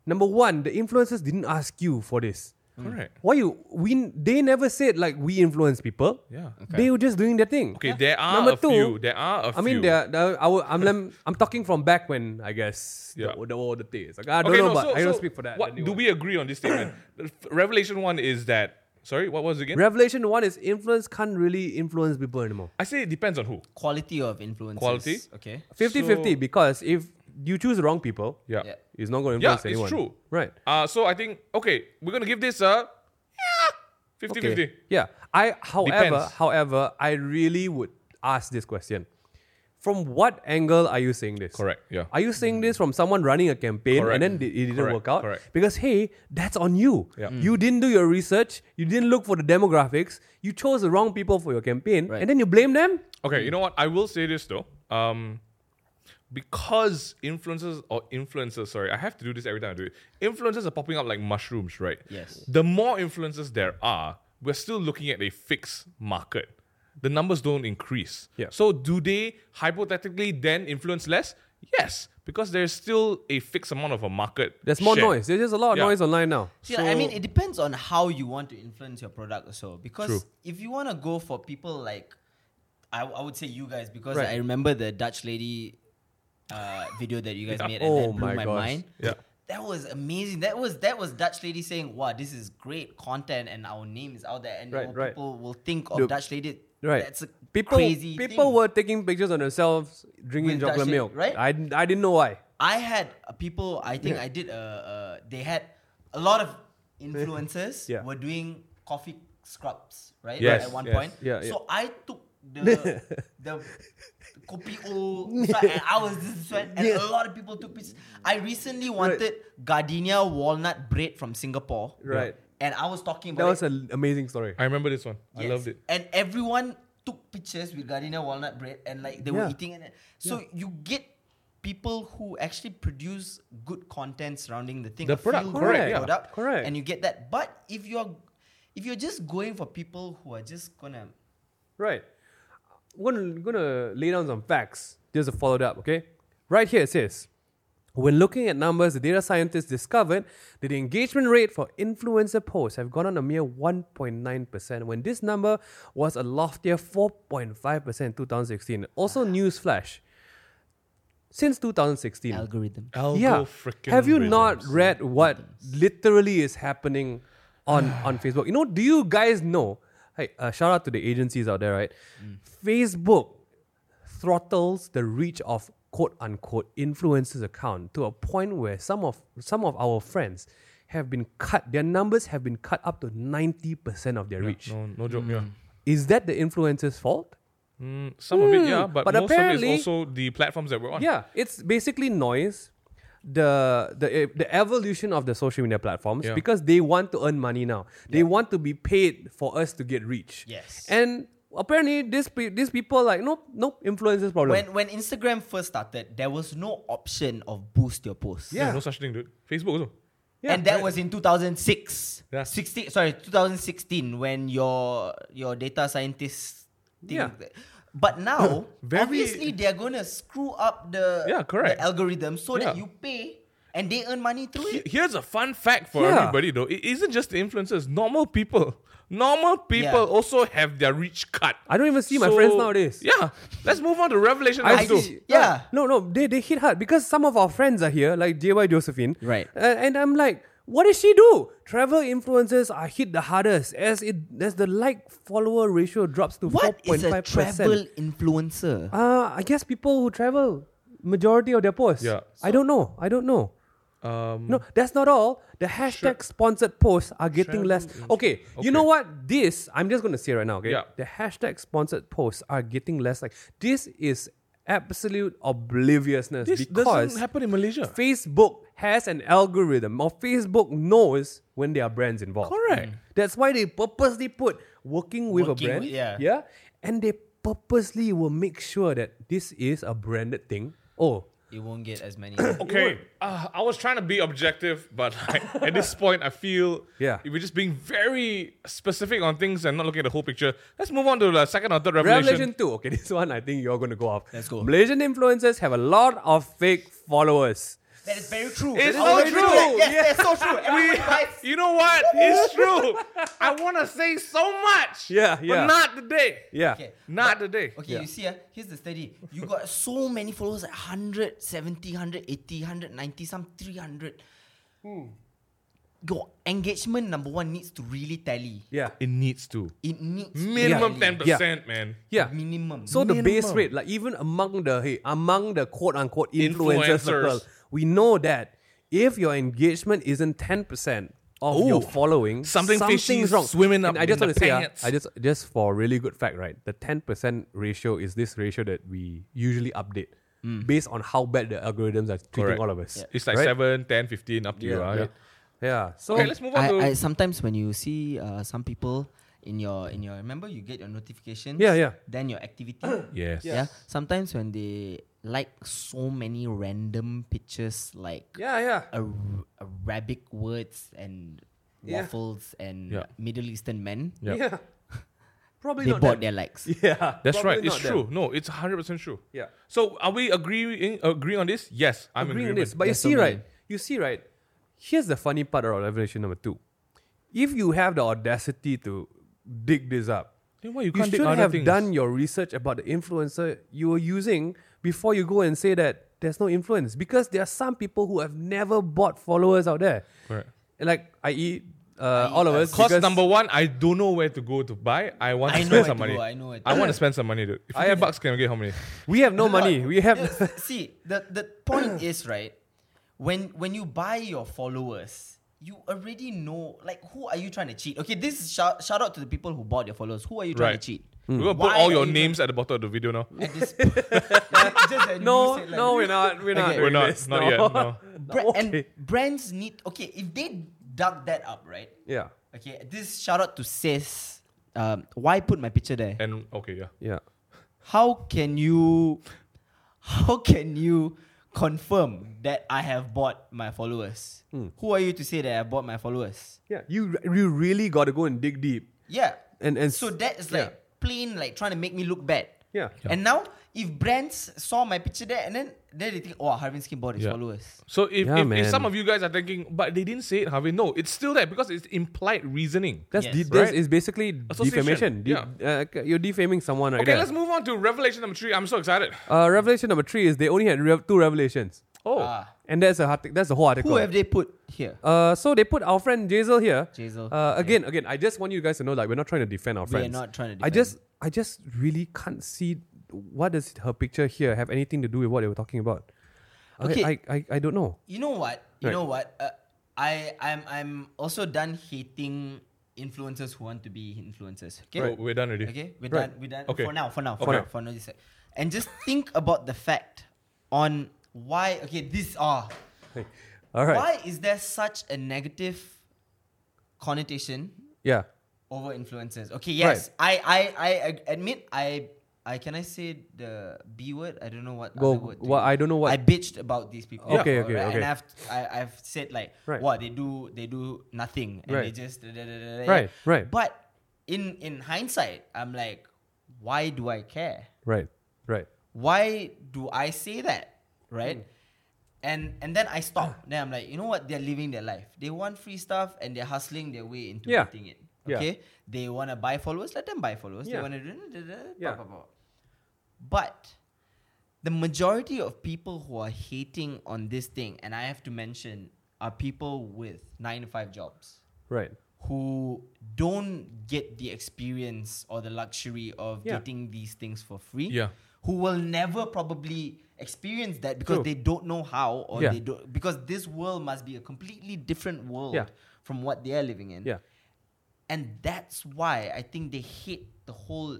Speaker 1: Number one, the influencers didn't ask you for this.
Speaker 2: Mm. Correct.
Speaker 1: Why you we they never said like we influence people.
Speaker 2: Yeah.
Speaker 1: They were just doing their thing.
Speaker 2: Okay, there are
Speaker 1: Number
Speaker 2: a
Speaker 1: two,
Speaker 2: few. There are a
Speaker 1: I
Speaker 2: few.
Speaker 1: mean, there, there, I will, I'm, I'm I'm talking from back when I guess
Speaker 2: Yeah.
Speaker 1: the, the old days. Like, I don't know, but I don't speak for that.
Speaker 2: What,
Speaker 1: the new
Speaker 2: do
Speaker 1: one.
Speaker 2: we agree on this statement? Revelation one is that. Sorry, what was it again?
Speaker 1: Revelation one is influence can't really influence people anymore.
Speaker 2: I say it depends on who.
Speaker 3: Quality of influence.
Speaker 2: Quality?
Speaker 3: Okay.
Speaker 1: 50-50 because if you choose the wrong people,
Speaker 2: Yeah.
Speaker 3: Yeah.
Speaker 1: it's not going to
Speaker 2: Yeah,
Speaker 1: influence
Speaker 2: it's
Speaker 1: anyone.
Speaker 2: true.
Speaker 1: Right.
Speaker 2: Uh, so I think okay, we're gonna give this a 50
Speaker 1: Okay.
Speaker 2: 50
Speaker 1: Yeah. I however,
Speaker 2: Depends.
Speaker 1: however, I really would ask this question. From what angle are you saying this?
Speaker 2: Correct, yeah.
Speaker 1: Are you saying this from someone running a campaign
Speaker 2: Correct.
Speaker 1: and then it it didn't
Speaker 2: Correct,
Speaker 1: work out?
Speaker 2: correct.
Speaker 1: Because hey, that's on you.
Speaker 2: Yeah. Mm.
Speaker 1: You didn't do your research. You didn't look for the demographics. You chose the wrong people for your campaign,
Speaker 3: Right.
Speaker 1: and then you blame them.
Speaker 2: Okay, you know what? I will say this though. Um, because influencers or influencers, sorry, I have to do this every time I do it. Influencers are popping up like mushrooms, right?
Speaker 3: Yes.
Speaker 2: The more influencers there are, we're still looking at a fixed market. The numbers don't increase.
Speaker 1: Yeah.
Speaker 2: So do they hypothetically then influence less? Yes, because there's still a fixed amount of a market.
Speaker 1: There's more
Speaker 2: share.
Speaker 1: noise. There's just a lot of
Speaker 2: Yeah.
Speaker 1: noise online now.
Speaker 3: See, like, I mean,
Speaker 2: So-
Speaker 3: it depends on how you want to influence your product also. Because
Speaker 2: True.
Speaker 3: if you want to go for people like, I, I would say you guys, because
Speaker 1: Right.
Speaker 3: I remember the Dutch lady uh, video that you guys made and
Speaker 1: Oh
Speaker 3: that blew
Speaker 1: my
Speaker 3: my,
Speaker 1: gosh.
Speaker 3: mind.
Speaker 2: Yeah.
Speaker 3: That was amazing. That was that was Dutch lady saying, "Wow, this is great content, and our name is out there, and
Speaker 1: Right,
Speaker 3: all
Speaker 1: right.
Speaker 3: people will think of
Speaker 1: Dude,
Speaker 3: Dutch lady."
Speaker 1: Right.
Speaker 3: That's a
Speaker 1: people
Speaker 3: crazy.
Speaker 1: people
Speaker 3: thing.
Speaker 1: were taking pictures on themselves drinking
Speaker 3: With
Speaker 1: chocolate
Speaker 3: Dutch-
Speaker 1: milk.
Speaker 3: right?
Speaker 1: I, I didn't know why.
Speaker 3: I had uh, people. I think I did. Uh, uh, they had a lot of influencers
Speaker 1: Yeah.
Speaker 3: were doing coffee scrubs, right?
Speaker 2: Yes,
Speaker 3: At one
Speaker 2: yes,
Speaker 3: point.
Speaker 1: yeah, yeah.
Speaker 3: So I took the the kopi o, so I, I was this is what- and a lot of people took pictures. I recently wanted gardenia walnut bread from Singapore.
Speaker 1: Right.
Speaker 3: And I was talking
Speaker 1: That
Speaker 3: about
Speaker 1: was
Speaker 3: it.
Speaker 1: an amazing story.
Speaker 2: I remember this one. I
Speaker 3: Yes.
Speaker 2: loved it.
Speaker 3: And everyone took pictures with gardenia walnut bread and like they were
Speaker 1: Yeah.
Speaker 3: eating it. So you get people who actually produce good content surrounding the thing.
Speaker 2: The
Speaker 3: a
Speaker 2: product,
Speaker 3: feel-good
Speaker 1: correct, yeah,
Speaker 3: product,
Speaker 1: correct.
Speaker 3: And you get that. But if you're if you're just going for people who are just gonna
Speaker 1: Right. I'm gonna, gonna lay down some facts just to follow it up, okay? Right here it says when looking at numbers, the data scientists discovered that the engagement rate for influencer posts have gone on a mere 1.9%, when this number was a loftier 4.5% in 2016. Also,
Speaker 3: Ah.
Speaker 1: newsflash. Since 2016,
Speaker 3: algorithm.
Speaker 2: Algo frickin'
Speaker 1: have you not
Speaker 2: rhythms.
Speaker 1: read what literally is happening on on Facebook? You know, do you guys know? Hey, uh, shout out to the agencies out there, right? Facebook throttles the reach of quote unquote influencers account to a point where some of some of our friends have been cut. Their numbers have been cut up to ninety percent of their reach.
Speaker 2: No, no joke. Yeah. Mm,
Speaker 1: Is that the influencers' fault?
Speaker 2: Some of it, yeah, but,
Speaker 1: Mm. but
Speaker 2: most of it is
Speaker 1: apparently-
Speaker 2: also the platforms that we're on.
Speaker 1: Yeah, it's basically noise. The the the evolution of the social media platforms
Speaker 2: Yeah.
Speaker 1: because they want to earn money now. They want to be paid for us to get reach.
Speaker 3: Yes.
Speaker 1: And apparently, this pe- these people like nope nope influencers problem.
Speaker 3: When when Instagram first started, there was no option of boost your post.
Speaker 1: Yeah.
Speaker 2: There's no such thing, dude. Facebook also.
Speaker 1: Yeah,
Speaker 3: and that was in 2006.
Speaker 2: Yeah.
Speaker 3: 16 sorry, 2016 when your your data scientists think
Speaker 1: Yeah.
Speaker 3: that- But now,
Speaker 2: Very-
Speaker 3: obviously they're going to screw up the
Speaker 2: Yeah, correct.
Speaker 3: the algorithm so that
Speaker 2: Yeah.
Speaker 3: you pay and they earn money through
Speaker 2: He-
Speaker 3: it.
Speaker 2: Here's a fun fact for
Speaker 1: Yeah.
Speaker 2: everybody though. It isn't just the influencers, normal people. Normal people
Speaker 3: Yeah.
Speaker 2: also have their reach cut.
Speaker 1: I don't even see my friends nowadays.
Speaker 2: Yeah. Let's move on to Revelation
Speaker 1: I
Speaker 2: number two.
Speaker 1: see.
Speaker 3: Yeah.
Speaker 1: No, no, they, they hit hard because some of our friends are here, like JY Josephine.
Speaker 3: Right.
Speaker 1: Uh, and I'm like, what does she do? Travel influencers are hit the hardest as it as the like follower ratio drops to
Speaker 3: What is
Speaker 1: 4.5%.
Speaker 3: a travel influencer?
Speaker 1: Uh, I guess people who travel majority of their posts.
Speaker 2: Yeah.
Speaker 1: I don't know. I don't know.
Speaker 2: Um,
Speaker 1: No, that's not all. The hashtag sponsored posts are getting
Speaker 2: Travel
Speaker 1: less.
Speaker 2: influ-
Speaker 1: Okay, you know what? This I'm just gonna say right now. Okay,
Speaker 2: Yeah.
Speaker 1: the hashtag sponsored posts are getting less. Like this is absolute obliviousness
Speaker 2: this
Speaker 1: because
Speaker 2: doesn't happen in Malaysia.
Speaker 1: Facebook has an algorithm or Facebook knows when there are brands involved.
Speaker 2: Correct. Mm.
Speaker 1: That's why they purposely put working with
Speaker 3: Hmm. Working
Speaker 1: a brand.
Speaker 3: with, yeah.
Speaker 1: Yeah. And they purposely will make sure that this is a branded thing. Oh,
Speaker 3: It won't get as many.
Speaker 2: Okay, uh, I was trying to be objective, but like, at this point, I feel
Speaker 1: Yeah.
Speaker 2: if we're just being very specific on things and not looking at the whole picture. Let's move on to the second or third revelation.
Speaker 1: Revelation 2. Okay, this one I think you're going to go off.
Speaker 3: Let's go.
Speaker 1: Malaysian influencers have a lot of fake followers.
Speaker 3: that is very true.
Speaker 2: It's
Speaker 3: That is
Speaker 2: all
Speaker 3: very
Speaker 2: true.
Speaker 3: Yes, that's so true. Everyone buys-
Speaker 2: you know what? It's true. I want to say so much.
Speaker 1: Yeah, yeah.
Speaker 2: But not today.
Speaker 1: Yeah.
Speaker 3: Okay.
Speaker 2: Not today.
Speaker 3: Okay,
Speaker 1: Yeah.
Speaker 3: you see, uh, here's the study. You got so many followers like 170, 180, 190, some 300. Your engagement number one needs to really tally.
Speaker 1: Yeah.
Speaker 2: It needs to.
Speaker 3: It needs to
Speaker 2: Minimum
Speaker 3: tally.
Speaker 2: 10%, man.
Speaker 1: Yeah.
Speaker 3: Minimum.
Speaker 1: So the base
Speaker 2: Minimum.
Speaker 1: rate, like even among the hey, among the quote unquote influencer
Speaker 2: Influencers.
Speaker 1: circle, we know that if your engagement isn't ten percent of
Speaker 2: Ooh.
Speaker 1: your following,
Speaker 2: Something fishy's
Speaker 1: something's wrong.
Speaker 2: swimming up
Speaker 1: And I just
Speaker 2: in
Speaker 1: want
Speaker 2: the
Speaker 1: to say, ah,
Speaker 2: pants.
Speaker 1: I just just for really good fact, right? The ten percent ratio is this ratio that we usually update based on how bad the algorithms are treating
Speaker 2: Mm. Correct.
Speaker 1: all of us.
Speaker 2: It's like
Speaker 1: right?
Speaker 2: seven, ten, fifteen, 7, 10, 15, up to you.
Speaker 1: Yeah,
Speaker 2: Right?
Speaker 1: yeah. Yeah. So
Speaker 2: Okay, let's move on
Speaker 3: I,
Speaker 2: to.
Speaker 3: I sometimes when you see uh, some people in your in your remember you get your notifications.
Speaker 1: Yeah, yeah.
Speaker 3: Then your activity.
Speaker 2: yes.
Speaker 3: Yeah. Sometimes when they like so many random pictures like
Speaker 1: yeah, yeah.
Speaker 3: Ar- Arabic words and
Speaker 1: Yeah.
Speaker 3: waffles and
Speaker 2: Yeah.
Speaker 3: Middle Eastern men.
Speaker 2: Yeah.
Speaker 1: Yeah. Probably
Speaker 3: They
Speaker 1: not
Speaker 3: bought
Speaker 1: them.
Speaker 3: their likes.
Speaker 1: Yeah.
Speaker 2: That's
Speaker 1: probably
Speaker 2: right. It's
Speaker 1: not them.
Speaker 2: true. No, it's 100% true.
Speaker 1: Yeah.
Speaker 2: So are we agreeing agree on this? Yes, I'm
Speaker 1: agreeing
Speaker 2: agreeing
Speaker 1: on this. But you
Speaker 3: There's so
Speaker 1: see, right?
Speaker 3: many.
Speaker 1: You see, right? Here's the funny part of revelation number two. If you have the audacity to dig this up,
Speaker 2: Then why you
Speaker 1: you
Speaker 2: can't dig
Speaker 1: should
Speaker 2: other
Speaker 1: have
Speaker 2: things?
Speaker 1: done your research about the influencer you were using before you go and say that there's no influence because there are some people who have never bought followers out there.
Speaker 2: Correct.
Speaker 1: Like, i.e.,
Speaker 3: E,
Speaker 1: uh, all of us.
Speaker 2: Cost
Speaker 1: because
Speaker 2: number one, I don't know where to go to buy. I want to
Speaker 3: I know
Speaker 2: spend
Speaker 3: where
Speaker 2: some
Speaker 3: to go,
Speaker 2: money.
Speaker 3: I know where to
Speaker 2: I
Speaker 3: go.
Speaker 2: want to spend some money, dude. If
Speaker 1: I
Speaker 2: I have
Speaker 1: have-
Speaker 2: bucks, can I get how many?
Speaker 1: We have no
Speaker 3: lot.
Speaker 1: money. We have.
Speaker 3: Yes, see the the point is right when when you buy your followers you already know like who are you trying to cheat okay this is shout, shout out to the people who bought your followers who are you trying
Speaker 2: Right.
Speaker 3: to cheat
Speaker 2: We're gonna put
Speaker 3: Hmm. Why
Speaker 2: all
Speaker 3: are
Speaker 2: your
Speaker 3: you
Speaker 2: names at the bottom of the video now.
Speaker 3: at this point, Like, just like
Speaker 1: no,
Speaker 3: you said, like-
Speaker 1: no, we're not. We're not.
Speaker 3: Okay.
Speaker 1: doing
Speaker 2: We're not.
Speaker 1: this,
Speaker 2: Not
Speaker 1: no.
Speaker 2: yet, no.
Speaker 3: Bra- and
Speaker 1: Okay.
Speaker 3: brands need okay if they dug that up right
Speaker 1: Yeah.
Speaker 3: okay this shout out to sis um, why put my picture there
Speaker 2: And okay, yeah.
Speaker 1: Yeah.
Speaker 3: how can you how can you confirm that I have bought my followers?
Speaker 1: Hmm.
Speaker 3: Who are you to say that I bought my followers?
Speaker 1: Yeah. You, you really got to go and dig deep.
Speaker 3: Yeah.
Speaker 1: And, and
Speaker 3: so that is
Speaker 1: yeah.
Speaker 3: like plain like trying to make me look bad.
Speaker 1: Yeah.
Speaker 3: And now if brands saw my picture there and then then they think, oh Harvin Skin bought his
Speaker 2: Yeah.
Speaker 3: followers.
Speaker 2: So if,
Speaker 1: Yeah,
Speaker 2: if, if some
Speaker 1: man.
Speaker 2: of you guys are thinking, but they didn't say it, Harvey, no, it's still there because it's implied reasoning.
Speaker 1: That's
Speaker 3: Yes.
Speaker 1: de-
Speaker 2: Right?
Speaker 1: this is basically
Speaker 2: Association,
Speaker 1: defamation. De- uh, c- you're defaming someone right
Speaker 2: Okay,
Speaker 1: there.
Speaker 2: let's move on to revelation number three. I'm so excited.
Speaker 1: uh, revelation number three is they only had rev two revelations,
Speaker 2: Oh,
Speaker 3: Ah.
Speaker 1: and that's a hard that's the whole article.
Speaker 3: Who have they put here?
Speaker 1: uh, so they put our friend Jazel here.
Speaker 3: Jazel,
Speaker 1: Uh,
Speaker 3: okay.
Speaker 1: again, again, I just want you guys to know like we're not trying to defend our
Speaker 3: We are
Speaker 1: friends.
Speaker 3: not trying to
Speaker 1: I
Speaker 3: defend.
Speaker 1: just, I just really can't see what does her picture here have anything to do with what they were talking about.
Speaker 3: Okay.
Speaker 1: I, I, I, I don't know.
Speaker 3: You know what? You
Speaker 1: Right.
Speaker 3: know what? Uh, I I'm I'm also done hating influencers who want to be influencers. Okay.
Speaker 2: Oh, we're done already.
Speaker 3: Okay, we're
Speaker 1: Right.
Speaker 3: done. We're done
Speaker 2: Okay.
Speaker 3: for now. For now. For
Speaker 2: Okay.
Speaker 3: now. For now. Just, and just think about the fact on why. Okay, this are
Speaker 1: All right.
Speaker 3: why is there such a negative connotation
Speaker 1: Yeah.
Speaker 3: over influencers? Okay, yes, I I I ag- admit I. I can I say the B word? I don't know what
Speaker 1: Go-
Speaker 3: other word. to
Speaker 1: well,
Speaker 3: use.
Speaker 1: I don't know what-
Speaker 3: I bitched about these people.
Speaker 1: Yeah. Okay, okay,
Speaker 3: before, right? And
Speaker 1: okay.
Speaker 3: I've I, I've said like,
Speaker 1: Right.
Speaker 3: what they do, they do nothing, and
Speaker 1: Right.
Speaker 3: they just da- da- da- da- da- yeah.
Speaker 1: Right, right.
Speaker 3: But in in hindsight, I'm like, why do I care?
Speaker 1: Right. Right.
Speaker 3: why do I say that?
Speaker 1: Hmm.
Speaker 3: Right? And and then I stop. then I'm like, you know what? They're living their life. They want free stuff and they're hustling their way into
Speaker 1: Yeah.
Speaker 3: getting it.
Speaker 1: Yeah.
Speaker 3: Okay? They want to buy followers, let them buy followers.
Speaker 1: Yeah.
Speaker 3: They want to do da- da- da-
Speaker 1: Yeah.
Speaker 3: blah, blah, blah. But the majority of people who are hating on this thing, and I have to mention, are people with nine to five jobs
Speaker 1: Right.
Speaker 3: who don't get the experience or the luxury of
Speaker 1: Yeah.
Speaker 3: getting these things for free.
Speaker 2: Yeah.
Speaker 3: Who will never probably experience that because
Speaker 1: True.
Speaker 3: they don't know how or
Speaker 1: Yeah.
Speaker 3: they don't because this world must be a completely different world
Speaker 1: Yeah.
Speaker 3: from what they are living in.
Speaker 1: Yeah.
Speaker 3: And that's why I think they hate the whole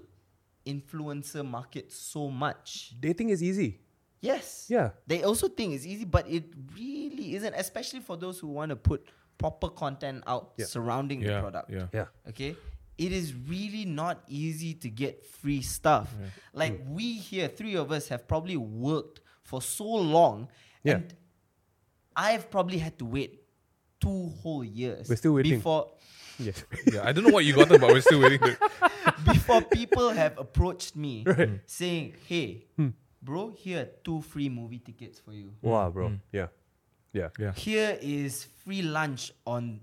Speaker 3: influencer market so much.
Speaker 1: Dating is easy.
Speaker 3: Yes.
Speaker 1: Yeah.
Speaker 3: They also think it's easy, but it really isn't, especially for those who want to put proper content out
Speaker 1: Yeah.
Speaker 3: surrounding
Speaker 2: Yeah,
Speaker 3: the product.
Speaker 2: yeah.
Speaker 1: Yeah.
Speaker 3: Okay. It is really not easy to get free stuff. Like we here, three of us have probably worked for so long.
Speaker 1: Yeah.
Speaker 3: And I've probably had to wait two whole years
Speaker 1: We're still waiting.
Speaker 3: before
Speaker 1: Yeah.
Speaker 2: Yeah, I don't know what you got, but we're still waiting. To,
Speaker 3: before people have approached me saying, Hey,
Speaker 1: Hmm.
Speaker 3: bro, here are two free movie tickets for you.
Speaker 1: wow, bro. Yeah. Yeah.
Speaker 2: Mm-hmm. yeah,
Speaker 3: Here is free lunch on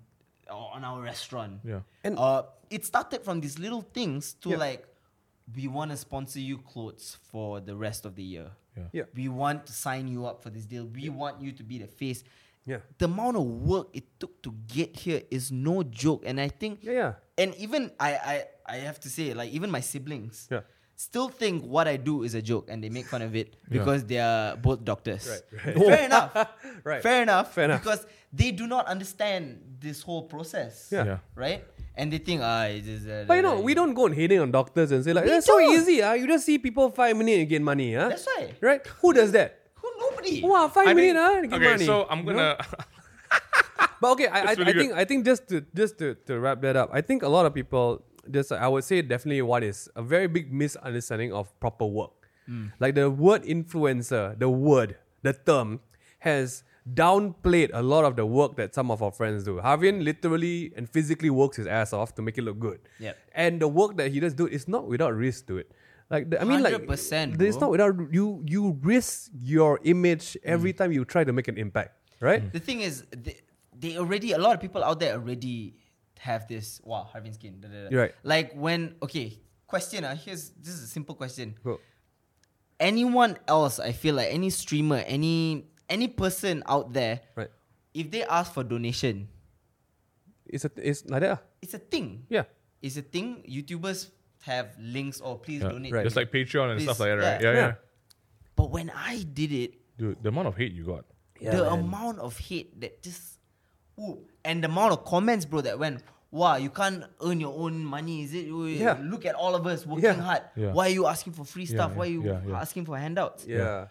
Speaker 3: on our restaurant.
Speaker 2: yeah.
Speaker 1: And-
Speaker 3: uh, it started from these little things to
Speaker 1: Yeah.
Speaker 3: like, we want to sponsor you clothes for the rest of the year.
Speaker 2: Yeah.
Speaker 1: Yeah.
Speaker 3: We want to sign you up for this deal. We want you to be the face.
Speaker 1: Yeah.
Speaker 3: The amount of work it took to get here is no joke. And I think
Speaker 1: Yeah. Yeah.
Speaker 3: and even I, I I have to say, like even my siblings
Speaker 1: Yeah.
Speaker 3: still think what I do is a joke and they make fun of it because they are both doctors.
Speaker 1: Right,
Speaker 3: Fair enough.
Speaker 1: Right.
Speaker 3: Fair enough.
Speaker 1: Fair enough.
Speaker 3: Because they do not understand this whole process.
Speaker 1: Yeah.
Speaker 2: Yeah.
Speaker 3: Right? And they think, ah, it's just, uh,
Speaker 1: But you know, we don't go and hating on doctors and say like
Speaker 3: We
Speaker 1: that's so
Speaker 3: don't.
Speaker 1: easy, ah. You just see people five minutes and get money, ah.
Speaker 3: That's right.
Speaker 1: Right? Who does that?
Speaker 3: Who nobody.
Speaker 1: Wow, five
Speaker 2: I think-
Speaker 1: minutes, ah, and get
Speaker 2: okay,
Speaker 1: money.
Speaker 2: so I'm
Speaker 1: You know?
Speaker 2: gonna.
Speaker 1: But okay, I, I,
Speaker 2: That's
Speaker 1: I
Speaker 2: really
Speaker 1: think
Speaker 2: good.
Speaker 1: I think just to just to, to wrap that up, I think a lot of people just I would say definitely what is a very big misunderstanding of proper work. Like the word influencer, the word, the term has downplayed a lot of the work that some of our friends do. Harvin literally and physically works his ass off to make it look good.
Speaker 3: Yep.
Speaker 1: And the work that he does do is not without risk to it. Like the, I mean, like
Speaker 3: 100%,
Speaker 1: it's not
Speaker 3: bro.
Speaker 1: without you. You risk your image every time you try to make an impact, right?
Speaker 3: The thing is, they, they already a lot of people out there already have this. Wow, Harvin skin. da, da, da."
Speaker 1: You're right.
Speaker 3: Like when okay, question. Uh, here's this is a simple question.
Speaker 1: Go.
Speaker 3: Anyone else? I feel like any streamer, any any person out there,
Speaker 1: Right.
Speaker 3: if they ask for donation,
Speaker 1: It's a it's like that. ah.
Speaker 3: it's a thing.
Speaker 1: Yeah.
Speaker 3: It's a thing. YouTubers have links or please donate.
Speaker 1: right.
Speaker 2: Just like Patreon and stuff
Speaker 3: Please,
Speaker 2: like that, right?
Speaker 3: yeah.
Speaker 2: Yeah. yeah,
Speaker 1: Yeah.
Speaker 3: But when I did it,
Speaker 2: Dude, the amount of hate you got.
Speaker 3: the
Speaker 1: man.
Speaker 3: amount of hate that just ooh, and the amount of comments, bro, that went, wow, you can't earn your own money, is it? Ooh,
Speaker 1: Yeah.
Speaker 3: Look at all of us working
Speaker 1: Yeah.
Speaker 3: hard.
Speaker 2: Yeah.
Speaker 3: Why are you asking for free stuff?
Speaker 2: yeah,
Speaker 3: Why are you
Speaker 2: yeah, yeah.
Speaker 3: asking for handouts?
Speaker 1: Yeah.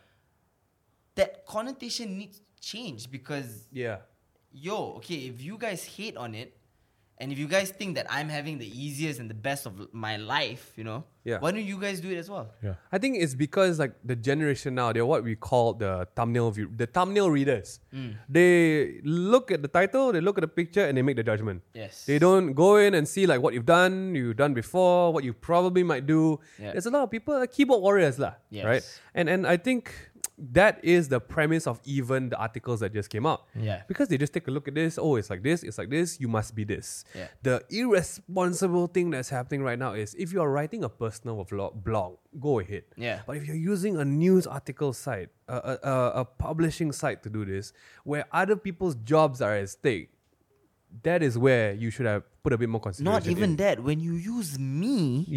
Speaker 3: That connotation needs change because
Speaker 1: Yeah.
Speaker 3: yo, okay, if you guys hate on it, and if you guys think that I'm having the easiest and the best of l- my life, you know,
Speaker 1: Yeah.
Speaker 3: why don't you guys do it as well?
Speaker 2: Yeah.
Speaker 1: I think it's because like the generation now, they're what we call the thumbnail view, the thumbnail readers. They look at the title, they look at the picture, and they make the judgment.
Speaker 3: Yes.
Speaker 1: They don't go in and see like what you've done, you've done before, what you probably might do.
Speaker 3: Yeah.
Speaker 1: There's a lot of people, uh, keyboard warriors, lah.
Speaker 3: Yes.
Speaker 1: Right. And and I think that is the premise of even the articles that just came out.
Speaker 3: Yeah.
Speaker 1: Because they just take a look at this. Oh, it's like this. It's like this. You must be this.
Speaker 3: Yeah.
Speaker 1: The irresponsible thing that's happening right now is if you are writing a personal vlog, blog, go ahead.
Speaker 3: Yeah.
Speaker 1: But if you're using a news article site, a, a, a, a publishing site to do this, where other people's jobs are at stake, that is where you should have put a bit more consideration.
Speaker 3: Not even
Speaker 1: in.
Speaker 3: that. When you use me,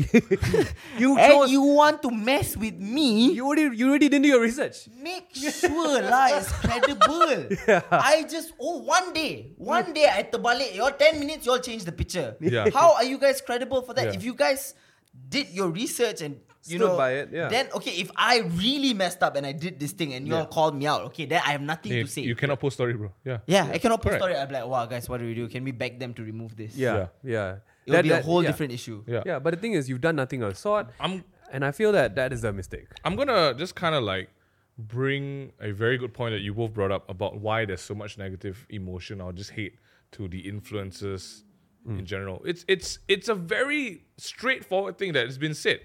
Speaker 1: you
Speaker 3: and
Speaker 1: chose.
Speaker 3: you
Speaker 1: You,
Speaker 3: want to mess with me,
Speaker 1: already you already didn't do your research.
Speaker 3: make sure lah it's credible. I just oh one day, one day I terbalik. Your ten minutes, you all change the picture.
Speaker 2: Yeah.
Speaker 3: How are you guys credible for that?
Speaker 2: Yeah.
Speaker 3: If you guys did your research and you
Speaker 1: Stood
Speaker 3: know
Speaker 1: by it, yeah.
Speaker 3: Then okay, if I really messed up and I did this thing and you all called me out, okay, then I have nothing
Speaker 2: Hey,
Speaker 3: to say.
Speaker 2: you cannot post story, bro. Yeah.
Speaker 3: yeah, I cannot post
Speaker 2: Correct.
Speaker 3: story. I'm like, wow, guys, what do we do? Can we beg them to remove this?
Speaker 1: Yeah. Yeah.
Speaker 3: it'll
Speaker 1: That-
Speaker 3: be
Speaker 1: that-
Speaker 3: a whole
Speaker 1: yeah.
Speaker 3: different issue.
Speaker 2: Yeah.
Speaker 1: Yeah, but the thing is, you've done nothing of the sort,
Speaker 2: I'm
Speaker 1: and I feel that that is a mistake.
Speaker 2: I'm gonna just kind of like bring a very good point that you both brought up about why there's so much negative emotion or just hate to the influences in general. It's it's it's a very straightforward thing that has been said.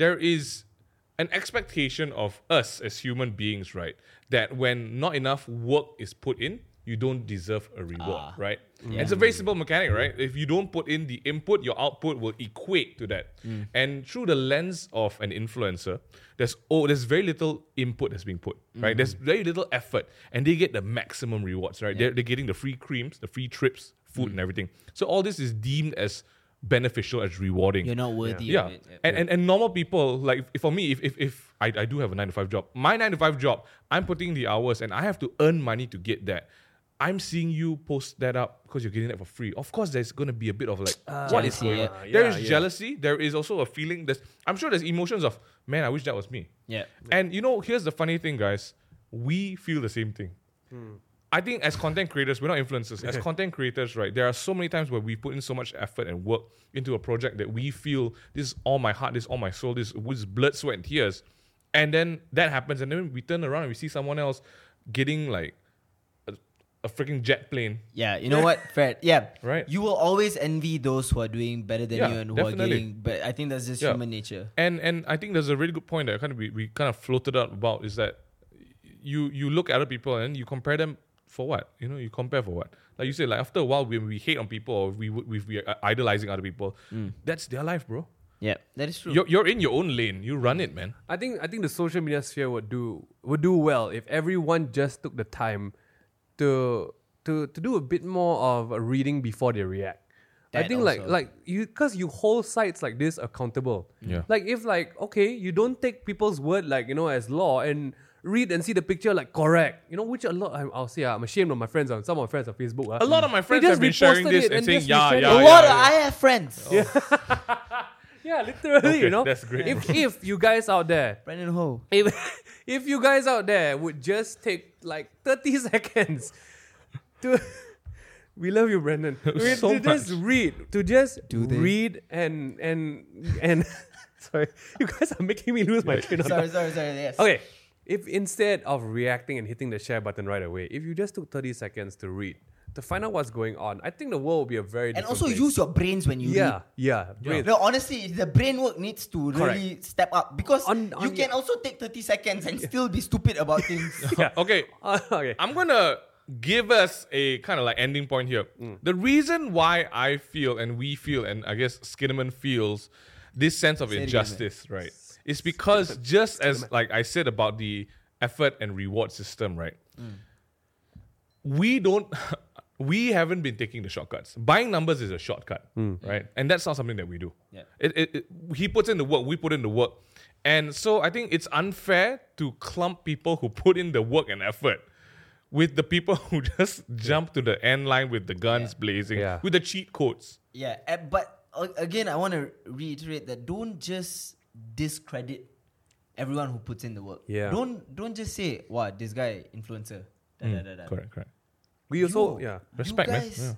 Speaker 2: There is an expectation of us as human beings, right? That when not enough work is put in, you don't deserve a reward,
Speaker 3: Ah.
Speaker 2: right? It's a very simple mechanic, right? If you don't put in the input, your output will equate to that. And through the lens of an influencer, there's oh, there's very little input that's being put, right? There's very little effort, and they get the maximum rewards, right? They're, they're getting the free creams, the free trips, food, and everything. So all this is deemed as beneficial, as rewarding
Speaker 3: You're not worthy
Speaker 2: yeah.
Speaker 3: of it. Yeah.
Speaker 2: And, and and normal people like if- for me if if, if I, I do have a nine to five job my nine to five job i'm putting the hours and i have to earn money to get that I'm seeing you post that up because you're getting that for free. Of course, there's going to be a bit of like, what is
Speaker 3: Uh, Jealousy,
Speaker 2: going on?
Speaker 3: yeah.
Speaker 1: Yeah,
Speaker 2: there is
Speaker 1: yeah.
Speaker 2: jealousy. There is also a feeling. There's, I'm sure there's emotions of, man, I wish that was me.
Speaker 3: Yeah.
Speaker 2: And you know, here's the funny thing, guys. We feel the same thing. I think as content creators, we're not influencers. As content creators, right, there are so many times where we put in so much effort and work into a project that we feel this is all my heart, this is all my soul, this was blood, sweat, and tears. And then that happens, and then we turn around and we see someone else getting like a, a freaking jet plane.
Speaker 3: Yeah, you know what, Fred? Yeah,
Speaker 2: Right.
Speaker 3: You will always envy those who are doing better than
Speaker 2: Yeah,
Speaker 3: you and who are
Speaker 2: definitely.
Speaker 3: getting. But I think that's just
Speaker 2: Yeah.
Speaker 3: human nature.
Speaker 2: And and I think there's a really good point that kind of we, we kind of floated out about is that you you look at other people and you compare them for what you know you compare for what like you said like after a while when we hate on people or we we, we are idolizing other people that's their life bro
Speaker 3: Yeah, that is true.
Speaker 2: you're, you're in your own lane you run it man
Speaker 1: I think I think the social media sphere would do would do well if everyone just took the time to to to do a bit more of a reading before they react. I
Speaker 3: That
Speaker 1: think like
Speaker 3: also.
Speaker 1: like you because you hold sites like this accountable.
Speaker 2: Yeah.
Speaker 1: Like if like okay, you don't take people's word like you know as law and read and see the picture like correct. You know which a lot I'm, I'll say ah, I'm ashamed of my friends on some of my friends on Facebook. ah.
Speaker 2: a lot of my
Speaker 1: They
Speaker 2: friends
Speaker 1: just
Speaker 2: have been sharing
Speaker 1: reposted it
Speaker 2: this and saying
Speaker 1: just
Speaker 2: yeah
Speaker 1: reshared
Speaker 2: yeah,
Speaker 1: it.
Speaker 3: a
Speaker 2: yeah,
Speaker 3: lot. Of,
Speaker 2: yeah.
Speaker 3: I have friends.
Speaker 1: Yeah, literally.
Speaker 2: Okay,
Speaker 1: you know
Speaker 2: that's great.
Speaker 1: If if you guys out there
Speaker 3: Oh, Brandon Ho.
Speaker 1: if if you guys out there would just take like 30 seconds to we love you brendan We-
Speaker 2: So
Speaker 1: to just
Speaker 2: much.
Speaker 1: read to just
Speaker 3: Do they?
Speaker 1: read and and and sorry you guys are making me lose my train of
Speaker 3: Sorry,
Speaker 1: thought
Speaker 3: sorry, sorry. Yes.
Speaker 1: okay if instead of reacting and hitting the share button right away if you just took 30 seconds to read to find out what's going on i think the world will be a very
Speaker 3: And
Speaker 1: different
Speaker 3: also
Speaker 1: place.
Speaker 3: use your brains when you
Speaker 1: yeah yeah,
Speaker 3: read.
Speaker 1: Breathe.
Speaker 3: No, honestly, the brain work needs to really step up because
Speaker 1: On- on-
Speaker 3: you can also take 30 seconds and still be stupid about things.
Speaker 1: yeah.
Speaker 2: okay
Speaker 1: okay
Speaker 2: I'm gonna give us a kind of like ending point here. The reason why I feel and we feel and I guess Skinnaman feels this sense of
Speaker 3: again,
Speaker 2: injustice, right? It's because just as like I said about the effort and reward system, right? We don't we haven't been taking the shortcuts. Buying numbers is a shortcut, right? And that's not something that we do.
Speaker 3: Yeah.
Speaker 2: It, it, it- he puts in the work, we put in the work. And so I think it's unfair to clump people who put in the work and effort with the people who just jump to the end line with the guns blazing,
Speaker 1: Yeah.
Speaker 2: with the cheat codes.
Speaker 3: Yeah, uh, but uh, again, I want to reiterate that don't just discredit everyone who puts in the work.
Speaker 1: Yeah.
Speaker 3: Don't don't just say, "Wow, this guy influencer." Da,
Speaker 2: Hmm.
Speaker 3: da, da, da.
Speaker 2: Correct, correct.
Speaker 1: we also yeah
Speaker 2: Respect,
Speaker 3: you
Speaker 2: man.
Speaker 3: guys,